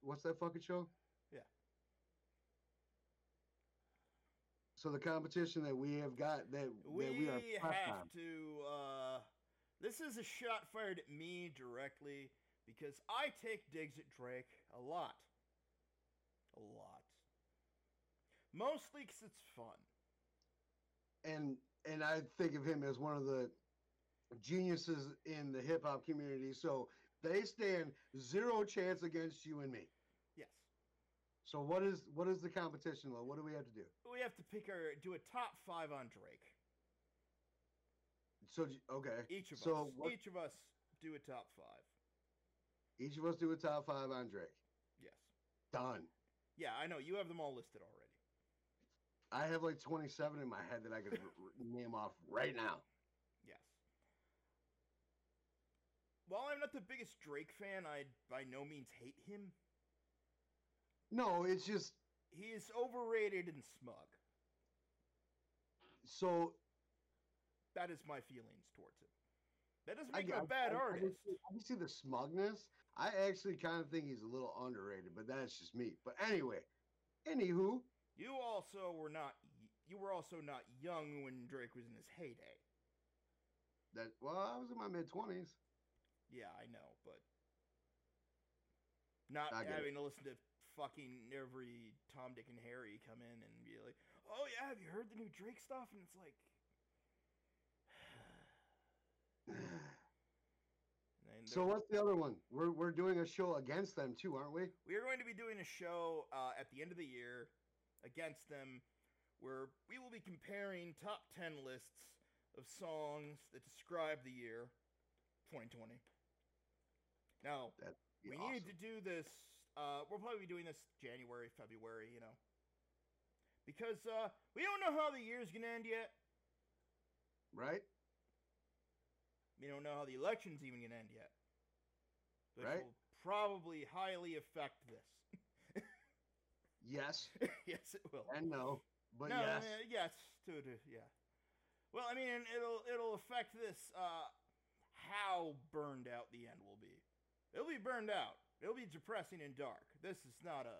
C: What's that fucking show?"
B: Yeah.
C: So the competition that we have got that
B: we
C: that we are pressed
B: have
C: on.
B: to. Uh, this is a shot fired at me directly because I take digs at Drake a lot. A lot. Mostly because it's fun.
C: and and I think of him as one of the geniuses in the hip hop community. So they stand zero chance against you and me.
B: Yes.
C: So what is what is the competition, Lo? What do we have to do?
B: We have to pick our. do a top five on Drake.
C: So j- okay,
B: Each of
C: So
B: us.
C: what-
B: Each of us do a top five.
C: each of us do a top five on Drake.
B: Yes.
C: Done.
B: Yeah, I know. You have them all listed already.
C: I have like twenty seven in my head that I could r- r- name off right now.
B: Yes. While I'm not the biggest Drake fan, I by no means hate him.
C: No, it's just
B: He is overrated and smug.
C: so
B: That is my feelings towards him. That doesn't
C: I
B: make him
C: get-
B: a bad
C: I- I can
B: artist.
C: see- I can see the smugness. I actually kind of think he's a little underrated, but that's just me. But anyway, anywho,
B: you also were not y- you were also not young when Drake was in his heyday.
C: that well, I was in my mid twenties.
B: Yeah, I know, but not
C: I get it.
B: having to listen to fucking every Tom, Dick, and Harry come in and be like, "Oh yeah, have you heard the new Drake stuff?" And it's like, and
C: so
B: they're-
C: what's the other one? We're we're doing a show against them too, aren't we?
B: we are going to be doing a show uh, at the end of the year against them where we will be comparing top 10 lists of songs that describe the year 2020. Now,
C: Be
B: we
C: awesome.
B: need to do this. Uh, we'll probably be doing this January, February, you know, because uh, we don't know how the year's gonna end yet.
C: right?
B: We don't know how the election's even gonna end yet, which
C: Right.
B: will probably highly affect this.
C: Yes
B: yes, it will.
C: and no, but
B: no,
C: yes,
B: uh, yes, to, to yeah. Well, I mean, it'll it'll affect this. Uh, how burned out the end will be. It'll be burned out. It'll be depressing and dark. This is not a.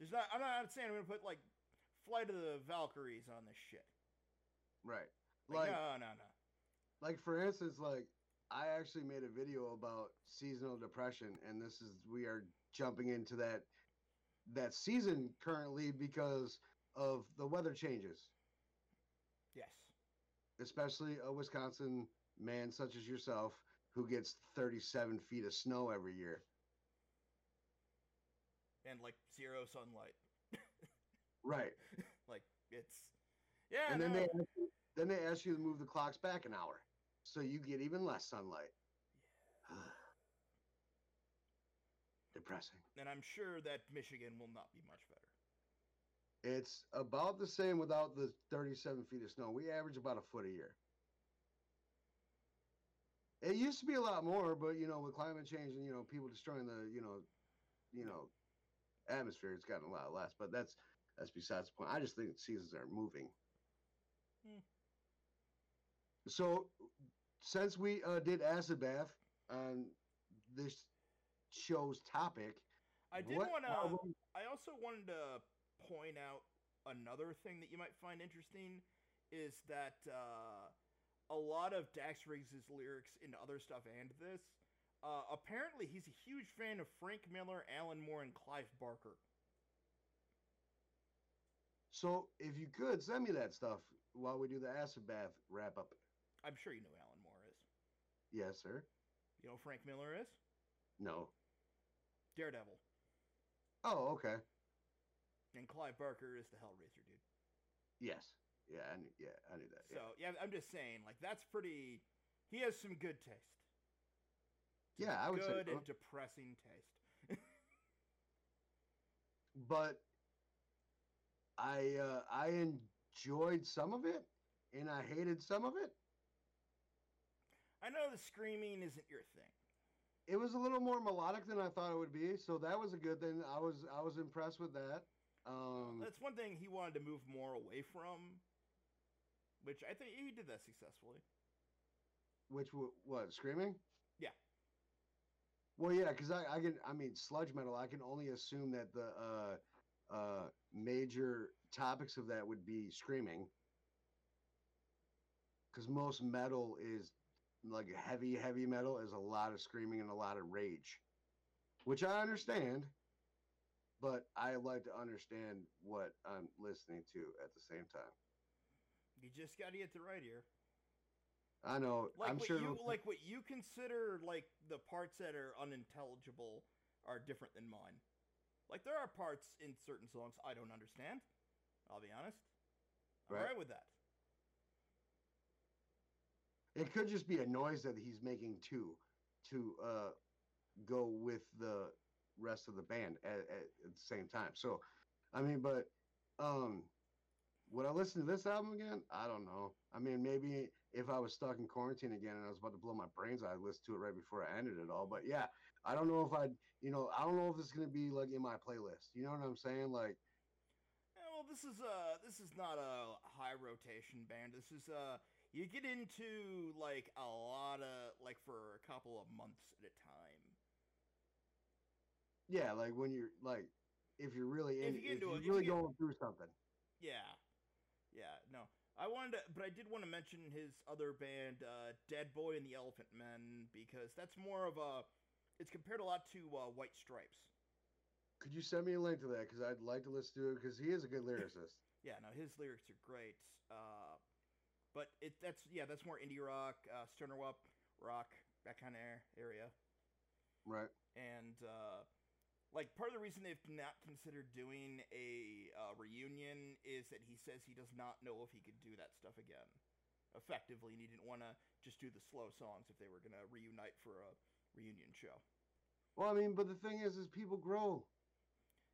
B: There's not. I'm not saying I'm gonna put like Flight of the Valkyries on this shit.
C: right.
B: Like,
C: Like,
B: no, no, no.
C: like for instance, like I actually made a video about seasonal depression, and this is we are jumping into that that season currently because of the weather changes,
B: Yes.
C: especially a Wisconsin man such as yourself who gets 37 feet of snow every year.
B: And like zero sunlight.
C: Right.
B: Like it's. Yeah.
C: and then
B: no.
C: they ask you- then they ask you to move the clocks back an hour, so you get even less sunlight. Depressing.
B: and I'm sure that Michigan will not be much better.
C: It's about the same without the 37 feet of snow. We average about a foot a year. It used to be a lot more, but you know, with climate change and you know people destroying the you know, you know, atmosphere, it's gotten a lot less. But that's that's besides the point. I just think seasons are moving.
B: Hmm.
C: So, since we uh, did acid bath on this show's topic,
B: I did
C: what-
B: want
C: how
B: to.
C: long-
B: I also wanted to point out another thing that you might find interesting is that uh, a lot of Dax Riggs' lyrics and other stuff and this, uh, apparently he's a huge fan of Frank Miller, Alan Moore, and Clive Barker.
C: So if you could send me that stuff while we do the acid bath wrap up.
B: I'm sure you know who Alan Moore is.
C: Yes, sir.
B: You know who Frank Miller is?
C: No.
B: Daredevil.
C: Oh, okay.
B: And Clive Barker is the Hellraiser dude.
C: Yes. Yeah, I knew, yeah, I knew that.
B: So, yeah, I'm just saying, like, that's pretty. He has some good taste.
C: yeah, yeah I would say. uh,
B: good
C: so.
B: and depressing taste.
C: But I uh, I enjoyed some of it, and I hated some of it.
B: I know the screaming isn't your thing.
C: It was a little more melodic than I thought it would be, so that was a good thing. I was I was impressed with that. Um,
B: That's one thing he wanted to move more away from, which I think he did that successfully.
C: Which w- what screaming?
B: Yeah.
C: Well, yeah, because I, I can I mean sludge metal. I can only assume that the uh, uh, major topics of that would be screaming, because most metal is like heavy heavy metal is a lot of screaming and a lot of rage, which I understand. But I like to understand what I'm listening to at the same time.
B: You just got to get the right ear.
C: I know.
B: Like
C: I'm
B: what
C: sure.
B: you like what you consider like the parts that are unintelligible are different than mine. Like there are parts in certain songs I don't understand. I'll be honest. I'm
C: Right.
B: alright with that.
C: It could just be a noise that he's making too, to uh, go with the rest of the band at, at, at the same time. So, I mean, but um, would I listen to this album again? I don't know. I mean, maybe if I was stuck in quarantine again and I was about to blow my brains, out, I'd listen to it right before I ended it all. But yeah, I don't know if I, would you know, I don't know if it's gonna be like in my playlist. You know what I'm saying? Like,
B: Yeah, well, this is uh this is not a high rotation band. This is uh you get into like a lot of like for a couple of months at a time.
C: yeah, like when you're like, if you're really
B: If
C: in,
B: you
C: if,
B: get into
C: you're
B: it- if you
C: really
B: get-
C: going through something.
B: Yeah. Yeah, no. I wanted to, but I did want to mention his other band, uh, Dead Boy and the Elephant Men, because that's more of a. It's compared a lot to uh, White Stripes.
C: Could you send me a link to that? Because I'd like to listen to it because he is a good lyricist.
B: Yeah, no, his lyrics are great. Uh, but it that's yeah, that's more indie rock, uh, stoner wop rock, that kind of area.
C: Right.
B: and uh, like part of the reason they've not considered doing a uh, reunion is that he says he does not know if he could do that stuff again effectively, and he didn't want to just do the slow songs if they were going to reunite for a reunion show.
C: Well, I mean, but the thing is, is people grow,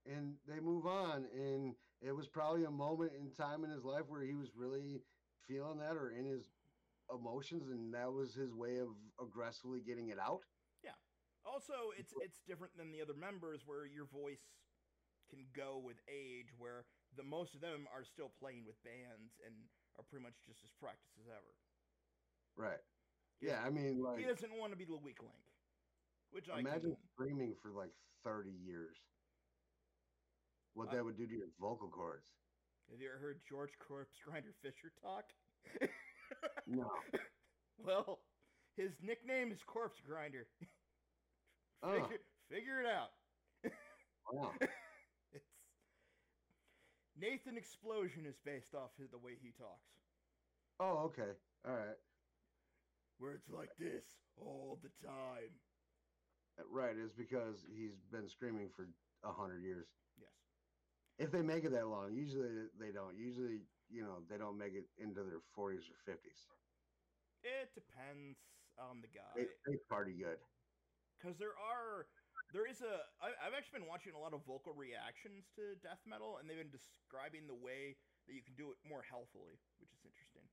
C: and they move on, and it was probably a moment in time in his life where he was really feeling that or in his emotions, and that was his way of aggressively getting it out.
B: Also, it's it's different than the other members where your voice can go with age where the most of them are still playing with bands and are pretty much just as practiced as ever.
C: Right. Yeah, I mean,
B: He
C: like,
B: doesn't want to be the weak link. Which I
C: imagine
B: can,
C: screaming for like thirty years. What
B: I-
C: that would do to your vocal cords.
B: Have you ever heard George Corpse Grinder Fisher talk?
C: No.
B: Well, his nickname is Corpse Grinder.
C: Oh,
B: Figure, figure it out.
C: wow.
B: It's Nathan Explosion is based off his, the way he talks,
C: Oh, okay. All right.
B: where it's like this all the time.
C: Right, it's because he's been screaming for a hundred years.
B: Yes.
C: If they make it that long, usually they don't. Usually, you know, they don't make it into their forties or fifties.
B: It depends on the guy.
C: They, they party good.
B: because there are there is a I, i've actually been watching a lot of vocal reactions to death metal and they've been describing the way that you can do it more healthily which is interesting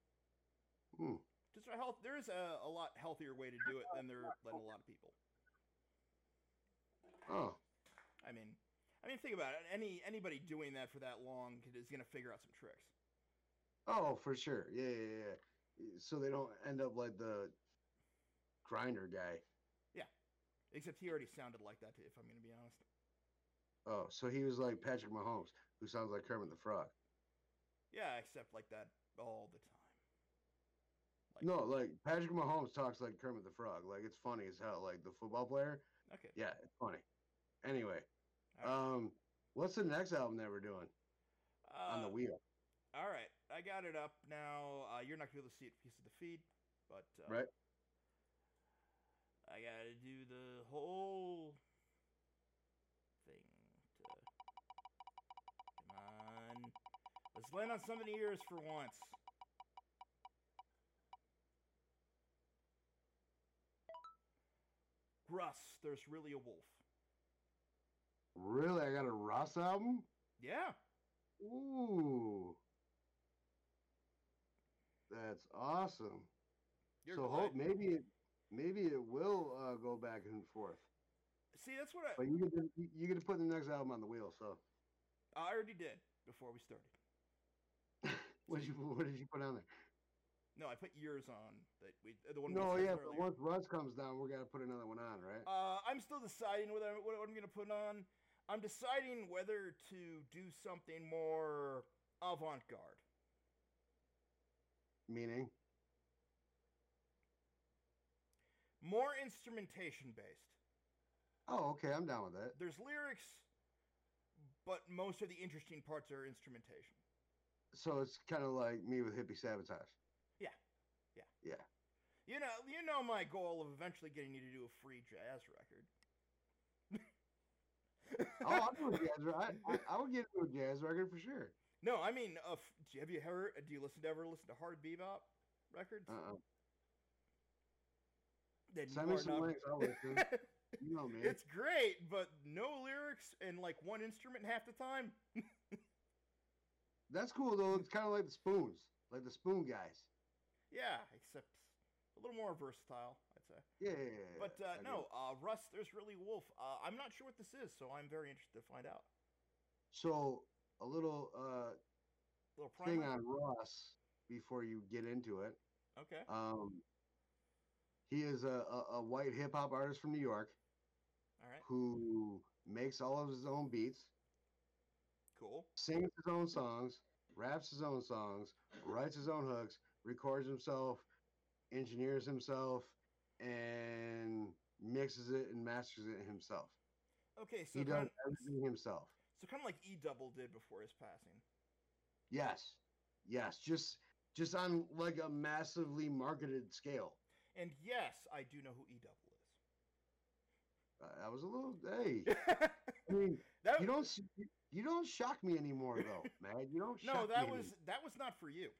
C: Hmm.
B: just a health there is a, a lot healthier way to do it than there than a lot of people
C: Oh,
B: i mean i mean think about it any anybody doing that for that long is going to figure out some tricks
C: oh, for sure. Yeah, yeah, yeah. So they don't end up like the grinder guy.
B: except he already sounded like that if i'm going to be honest
C: Oh, so he was like Patrick Mahomes, who sounds like Kermit the Frog.
B: yeah except like that all the time Like-
C: No, like Patrick Mahomes talks like Kermit the Frog. Like it's funny as hell. Like the football player.
B: okay
C: Yeah, it's funny. Anyway,
B: all right.
C: um, what's the next album that we're doing on the
B: Uh,
C: wheel?
B: All right, I got it up now. Uh, you're not gonna be able to see it because of the feed, but uh,
C: Right.
B: I gotta do the whole thing. To... Come on, let's land on something ears for once. Russ, there's really a wolf.
C: Really, I got a Ross album.
B: Yeah,
C: Ooh, that's awesome.
B: you're
C: so
B: glad-
C: hope maybe it maybe it will uh, go back and forth.
B: See, that's what I.
C: But you get to, you get to put the next album on the wheel. So
B: I already did before we started.
C: what did you what did you put on there?
B: No, I put yours on that we the one.
C: no,
B: we
C: yeah,
B: discussed
C: but
B: earlier.
C: once Russ comes down, we're gonna put another one on, right?
B: Uh, I'm still deciding whether what, what I'm gonna put on. I'm deciding whether to do something more avant-garde.
C: Meaning,
B: More instrumentation based.
C: oh, okay, I'm down with that.
B: There's lyrics, but most of the interesting parts are instrumentation.
C: So it's kind of like me with hippie sabotage.
B: You know, you know my goal of eventually getting you to do a free jazz record.
C: Oh, I'll do a jazz. re- I, I, I would get into a jazz record for sure.
B: no, I mean, uh, f- do you- have you ever do you listen to ever listen to hard bebop records?
C: Uh-uh.
B: Then
C: Send
B: you
C: me
B: are
C: some
B: not-
C: links. I'll listen. You know, man.
B: It's great, but no lyrics and like one instrument half the time.
C: That's cool though. It's kind of like the spoons, like the spoon guys.
B: Yeah, except a little more versatile, I'd say.
C: Yeah, yeah, yeah, yeah,
B: But uh,
C: I get
B: no,
C: it.
B: uh, Russ, there's really Wolf. Uh, I'm not sure what this is, so I'm very interested to find out.
C: So a little uh,
B: little
C: thing
B: primer.
C: on Ross before you get into it.
B: Okay.
C: Um, he is a, a, a white hip hop artist from New York
B: All right.
C: who makes all of his own beats.
B: Cool.
C: sings his own songs, raps his own songs, writes his own hooks, records himself, engineers himself, and mixes it and masters it himself.
B: Okay, so
C: he
B: kind
C: does
B: of,
C: everything himself.
B: so kind of like E Double did before his passing.
C: Yes, yes, just just on like a massively marketed scale.
B: And yes, I do know who E Double is.
C: Uh, I was a little hey. I mean,
B: that
C: you don't s- you- you don't shock me anymore though, man. You don't.
B: no,
C: shock
B: that
C: me
B: was
C: anymore.
B: that was not for you.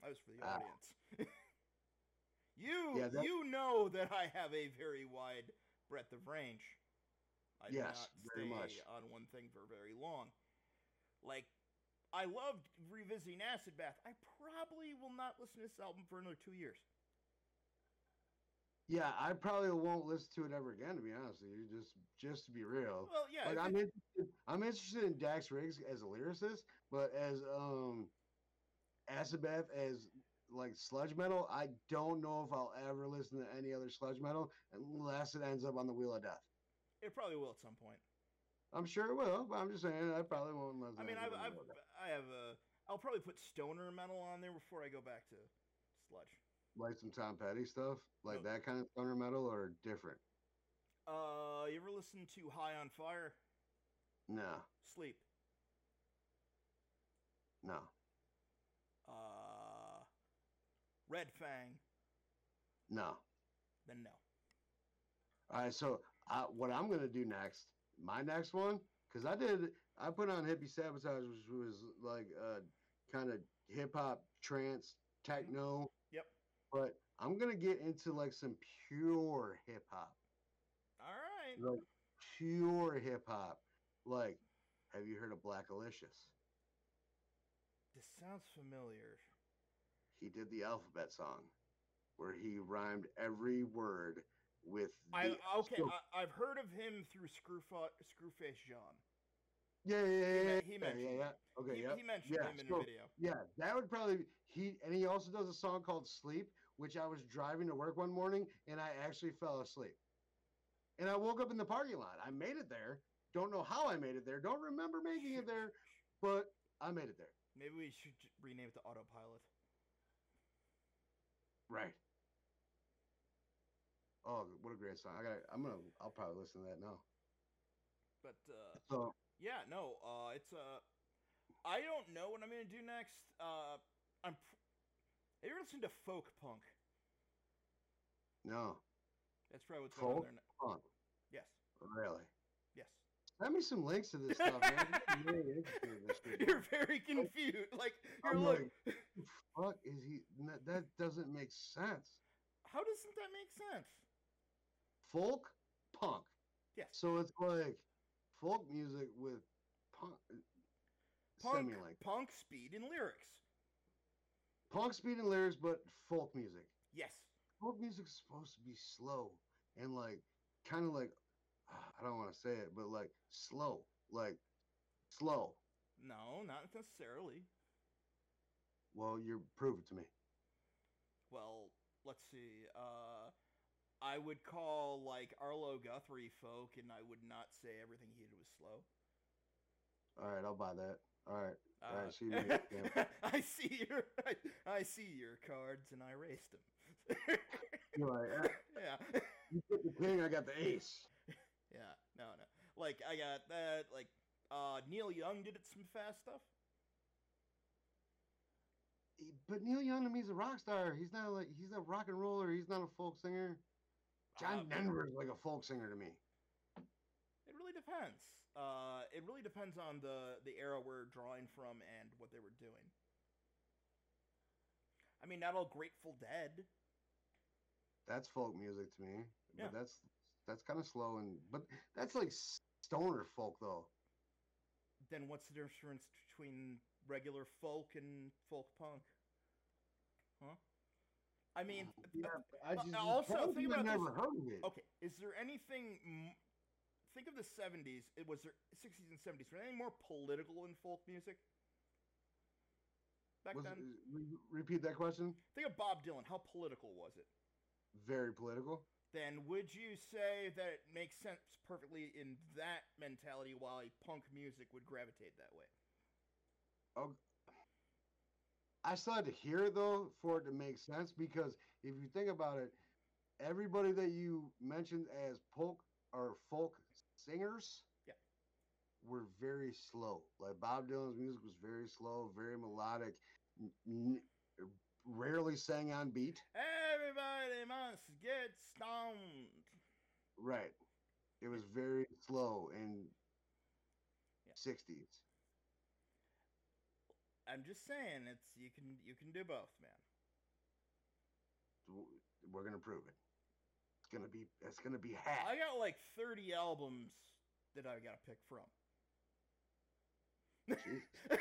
B: That was for the
C: Ah.
B: audience. you
C: Yeah, that-
B: you know that I have a very wide breadth of range. I do not
C: Yes, very
B: stay
C: much.
B: on one thing for very long. Like I loved revisiting Acid Bath. I probably will not listen to this album for another two years.
C: Yeah, I probably won't listen to it ever again. To be honest with you, just just to be real.
B: Well, yeah,
C: Like
B: if
C: Oh, I'm
B: it-
C: interested, I'm interested in Dax Riggs as a lyricist, but as um, Asabeth as like sludge metal, I don't know if I'll ever listen to any other sludge metal unless it ends up on the Wheel of Death.
B: it probably will at some point.
C: I'm sure it will, but I'm just saying I probably won't listen.
B: I
C: to
B: mean,
C: anything
B: I've,
C: on the
B: I've,
C: Wheel of Death.
B: I have a. I'll probably put stoner metal on there before I go back to sludge.
C: like some Tom Petty stuff, like
B: Oh.
C: that kind of stoner metal, or different.
B: Uh, you ever listen to High on Fire?
C: No,
B: Sleep.
C: no.
B: Uh, Red Fang.
C: No.
B: Then no.
C: All right. So I, what I'm gonna do next, my next one, because I did, I put on hippie sabotage, which was like uh, kind of hip hop, trance, techno.
B: Mm-hmm. Yep.
C: But I'm gonna get into like some pure hip hop,
B: All right.
C: like pure hip hop. Like, have you heard of Black Alicious?
B: This sounds familiar.
C: He did the alphabet song, where he rhymed every word with.
B: I
C: the-
B: okay. uh, I, I've heard of him through Screwfa- Screwface John.
C: yeah, yeah, yeah, yeah,
B: he
C: yeah,
B: mentioned
C: yeah,
B: it.
C: yeah. Okay,
B: he,
C: yeah.
B: he mentioned
C: yeah,
B: him in
C: so-
B: a video.
C: Yeah, that would probably be- he and he also does a song called Sleep, which I was driving to work one morning and I actually fell asleep. And I woke up in the parking lot. I made it there. Don't know how I made it there. Don't remember making it there, but I made it there.
B: Maybe we should j- rename it to Autopilot.
C: Right. Oh, what a great song. I got I'm gonna I'll probably listen to that now.
B: But uh,
C: So
B: Yeah, no, uh, it's uh, I don't know what I'm gonna do next. Uh, I'm. Pr- have you ever listened to folk punk?
C: no.
B: That's probably what's going on
C: Folk?
B: there. now.
C: Punk.
B: Yes,
C: Really.
B: yes.
C: Send me some links to this stuff, man. I'm really interested in this shit.
B: you're very confused. Like you're
C: Oh. I'm
B: like,
C: Fuck is he that- that doesn't make sense.
B: how doesn't that make sense?
C: folk punk.
B: Yes.
C: So it's like folk music with punk. uh,
B: Punk,
C: Simulate.
B: punk speed and lyrics.
C: Punk speed and lyrics, but folk music.
B: Yes.
C: Folk music's supposed to be slow and like kind of like ah, I don't want to say it, but like slow, like slow.
B: No, not necessarily.
C: Well, you're prove it to me.
B: Well, let's see. Uh, I would call like Arlo Guthrie folk, and I would not say everything he did was slow.
C: All right, I'll buy that. All right,
B: Uh,
C: Alright, so you made it, yeah.
B: I see your I, I see your cards and I erased them.
C: you're right. Ah,
B: yeah,
C: You took the king, I got the ace.
B: yeah, no, no. Like I got that. Like uh, Neil Young did it some fast stuff.
C: But Neil Young to me is a rock star. He's not like he's not rock and roller. He's not a folk singer. John
B: Um,
C: Denver is like a folk singer to me.
B: It really depends. Uh, it really depends on the the era we're drawing from and what they were doing. I mean, not all Grateful Dead.
C: That's folk music to me.
B: Yeah.
C: But that's that's kind of slow and but that's like stoner folk though.
B: Then what's the difference between regular folk and folk punk? Huh? I mean,
C: Yeah, I
B: Uh,
C: just
B: also,
C: also
B: think about
C: never
B: this- Oh,
C: heard of it.
B: Okay, is there anything? m- Think of the '70s. It was there '60s and '70s. Was there anything more political in folk music back
C: Was-
B: then?
C: re- repeat that question.
B: Think of Bob Dylan. How political was it?
C: Very political.
B: Then would you say that it makes sense perfectly in that mentality, while a punk music would gravitate that way?
C: I still had to hear it though for it to make sense because if you think about it, everybody that you mentioned as folk or folk singers
B: Yeah.
C: were very slow. Like Bob Dylan's music was very slow, very melodic, n- n- rarely sang on beat.
B: Everybody must get stoned.
C: Right. It was very slow in
B: Yeah.
C: 60s.
B: I'm just saying it's you can you can do both, man.
C: W- We're gonna prove it. It's gonna be. It's gonna
B: Oh,
C: be half.
B: I got like 30 albums that I got to pick from.
C: Jeez.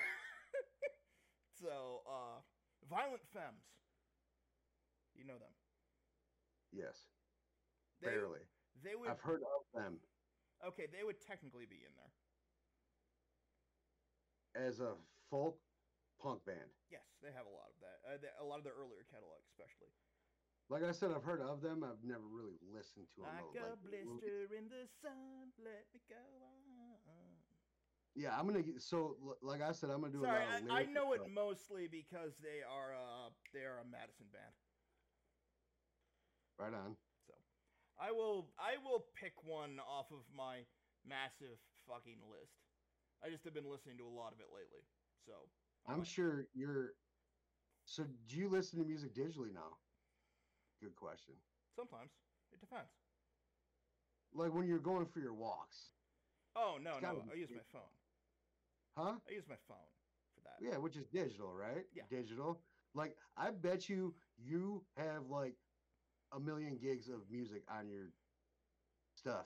B: so, uh, Violent Femmes. You know them.
C: yes,
B: They,
C: barely.
B: They would.
C: I've heard of them
B: Okay, they would technically be in there.
C: as a folk punk band.
B: Yes, they have a lot of that. Uh, the- a lot of their earlier catalog, especially.
C: Like I said, I've heard of them. I've never really listened to them.
B: Like
C: though,
B: a
C: like,
B: blister in the sun, let me go on.
C: Yeah, I'm gonna. get- So, l- like I said, I'm gonna do.
B: Sorry,
C: a lot of
B: I, I
C: lyrical
B: know it
C: stuff.
B: mostly because they are uh, they are a Madison band.
C: Right on.
B: So, I will I will pick one off of my massive fucking list. I just have been listening to a lot of it lately. So I
C: I'm
B: might-
C: sure you're. So, do you listen to music digitally now? Good question.
B: sometimes it depends.
C: Like when you're going for your walks,
B: Oh no
C: It's
B: no!
C: gotta be
B: I use
C: big.
B: my phone.
C: huh?
B: I use my phone for that.
C: Yeah, which is digital, right?
B: Yeah.
C: Digital. Like I bet you you have like a million gigs of music on your stuff.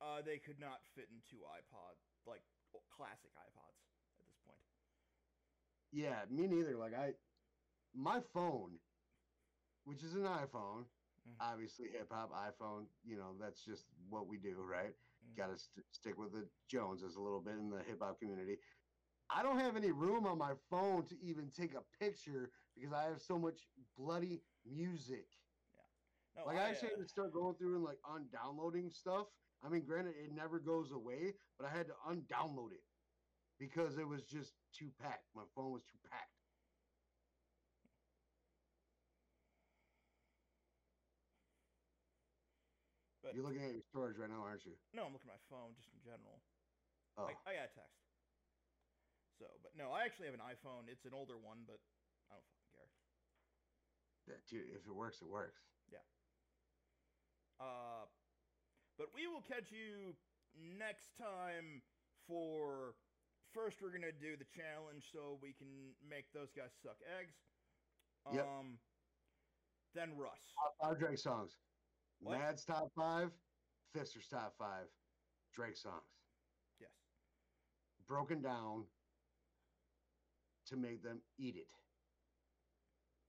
B: Uh, they could not fit into iPod like o- classic iPods at this point.
C: Yeah, me neither. Like I my phone, which is an iPhone,
B: Mhm.
C: obviously hip hop iPhone, you know, that's just what we do, right?
B: Mhm.
C: Got to st- stick with the Joneses a little bit in the hip hop community. I don't have any room on my phone to even take a picture because I have so much bloody music.
B: No,
C: Like I actually
B: uh,
C: had to start going through and like undownloading stuff. I mean, granted, it never goes away, but I had to undownload it because it was just too packed. My phone was too packed.
B: but,
C: You're looking at your storage right now, aren't you?
B: no, I'm looking at my phone just in general.
C: Oh,
B: I, I got a text. So, but no, I actually have an iPhone. It's an older one, but I don't fucking care.
C: that- dude, if it works, it works.
B: Uh, but we will catch you next time for. First, we're gonna do the challenge so we can make those guys suck eggs.
C: Yep.
B: Um. Then Russ.
C: Top five Drake songs.
B: What?
C: Mad's top five, Fister's top five, Drake songs.
B: Yes.
C: Broken down to make them eat it.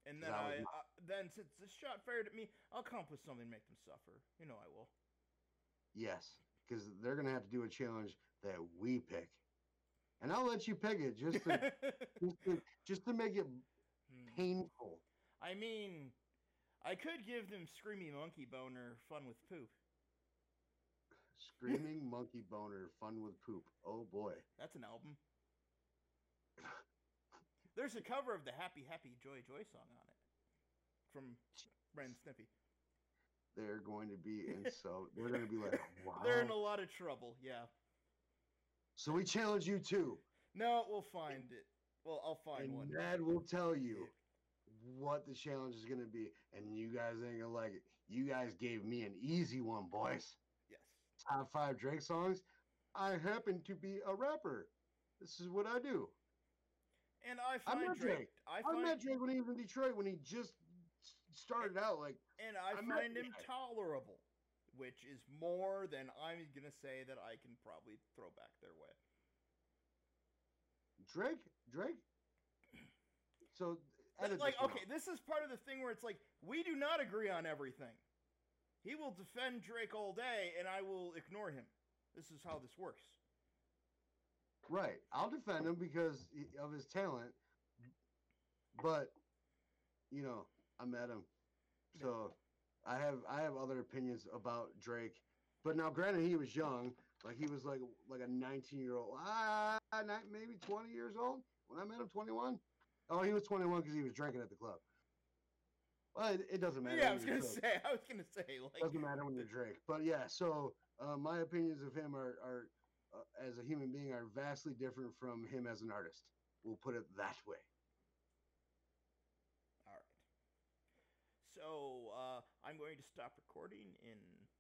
B: And
C: 'Cause
B: then
C: I
B: I,
C: was
B: I then since the shot fired at me, I'll come up with something to make them suffer. You know I will.
C: Yes, because they're gonna have to do a challenge that we pick, and I'll let you pick it just to just, to, just to make it
B: Hmm.
C: painful.
B: I mean, I could give them Screamy Monkey Boner fun with poop.
C: Screaming monkey boner, fun with poop. Oh boy,
B: That's an album. There's a cover of the Happy Happy Joy Joy song on it from Ren and Snippy.
C: they're going to be in so they're gonna be like, wow.
B: They're in a lot of trouble. Yeah.
C: so we challenge you too,
B: No, we'll find it. Well, I'll find
C: and
B: one.
C: Mad will tell you what the challenge is gonna be, and you guys ain't gonna like it. You guys gave me an easy one, boys.
B: Yes.
C: top five Drake songs. I happen to be a rapper. This is what I do.
B: And I
C: I'm
B: find
C: not
B: Drake.
C: Drake.
B: I
C: I
B: find
C: met Drake when he was in Detroit when he just s- started out. Like,
B: and I
C: I'm not
B: find him
C: Drake.
B: tolerable, which is more than I'm gonna say that I can probably throw back their way.
C: Drake, Drake. So,
B: Th-
C: edit
B: like
C: this one
B: okay
C: out.
B: this is part of the thing where it's like we do not agree on everything he will defend drake all day and i will ignore him this is how this works
C: right? I'll defend him because he- of his talent, but you know, I met him, so I have I have other opinions about Drake. But now, granted, he was young, like he was like like a 19 year old, ah, ni- maybe 20 years old when I met him, 21. Oh, he was 21 because he was drinking at the club. Well, it, it doesn't matter.
B: yeah i
C: when
B: was
C: you're
B: gonna
C: sober.
B: say i was gonna say like
C: Doesn't matter when you're Drake, but yeah. So uh, my opinions of him are, are uh, as a human being, are vastly different from him as an artist. We'll put it that way.
B: all right so uh, i'm going to stop recording in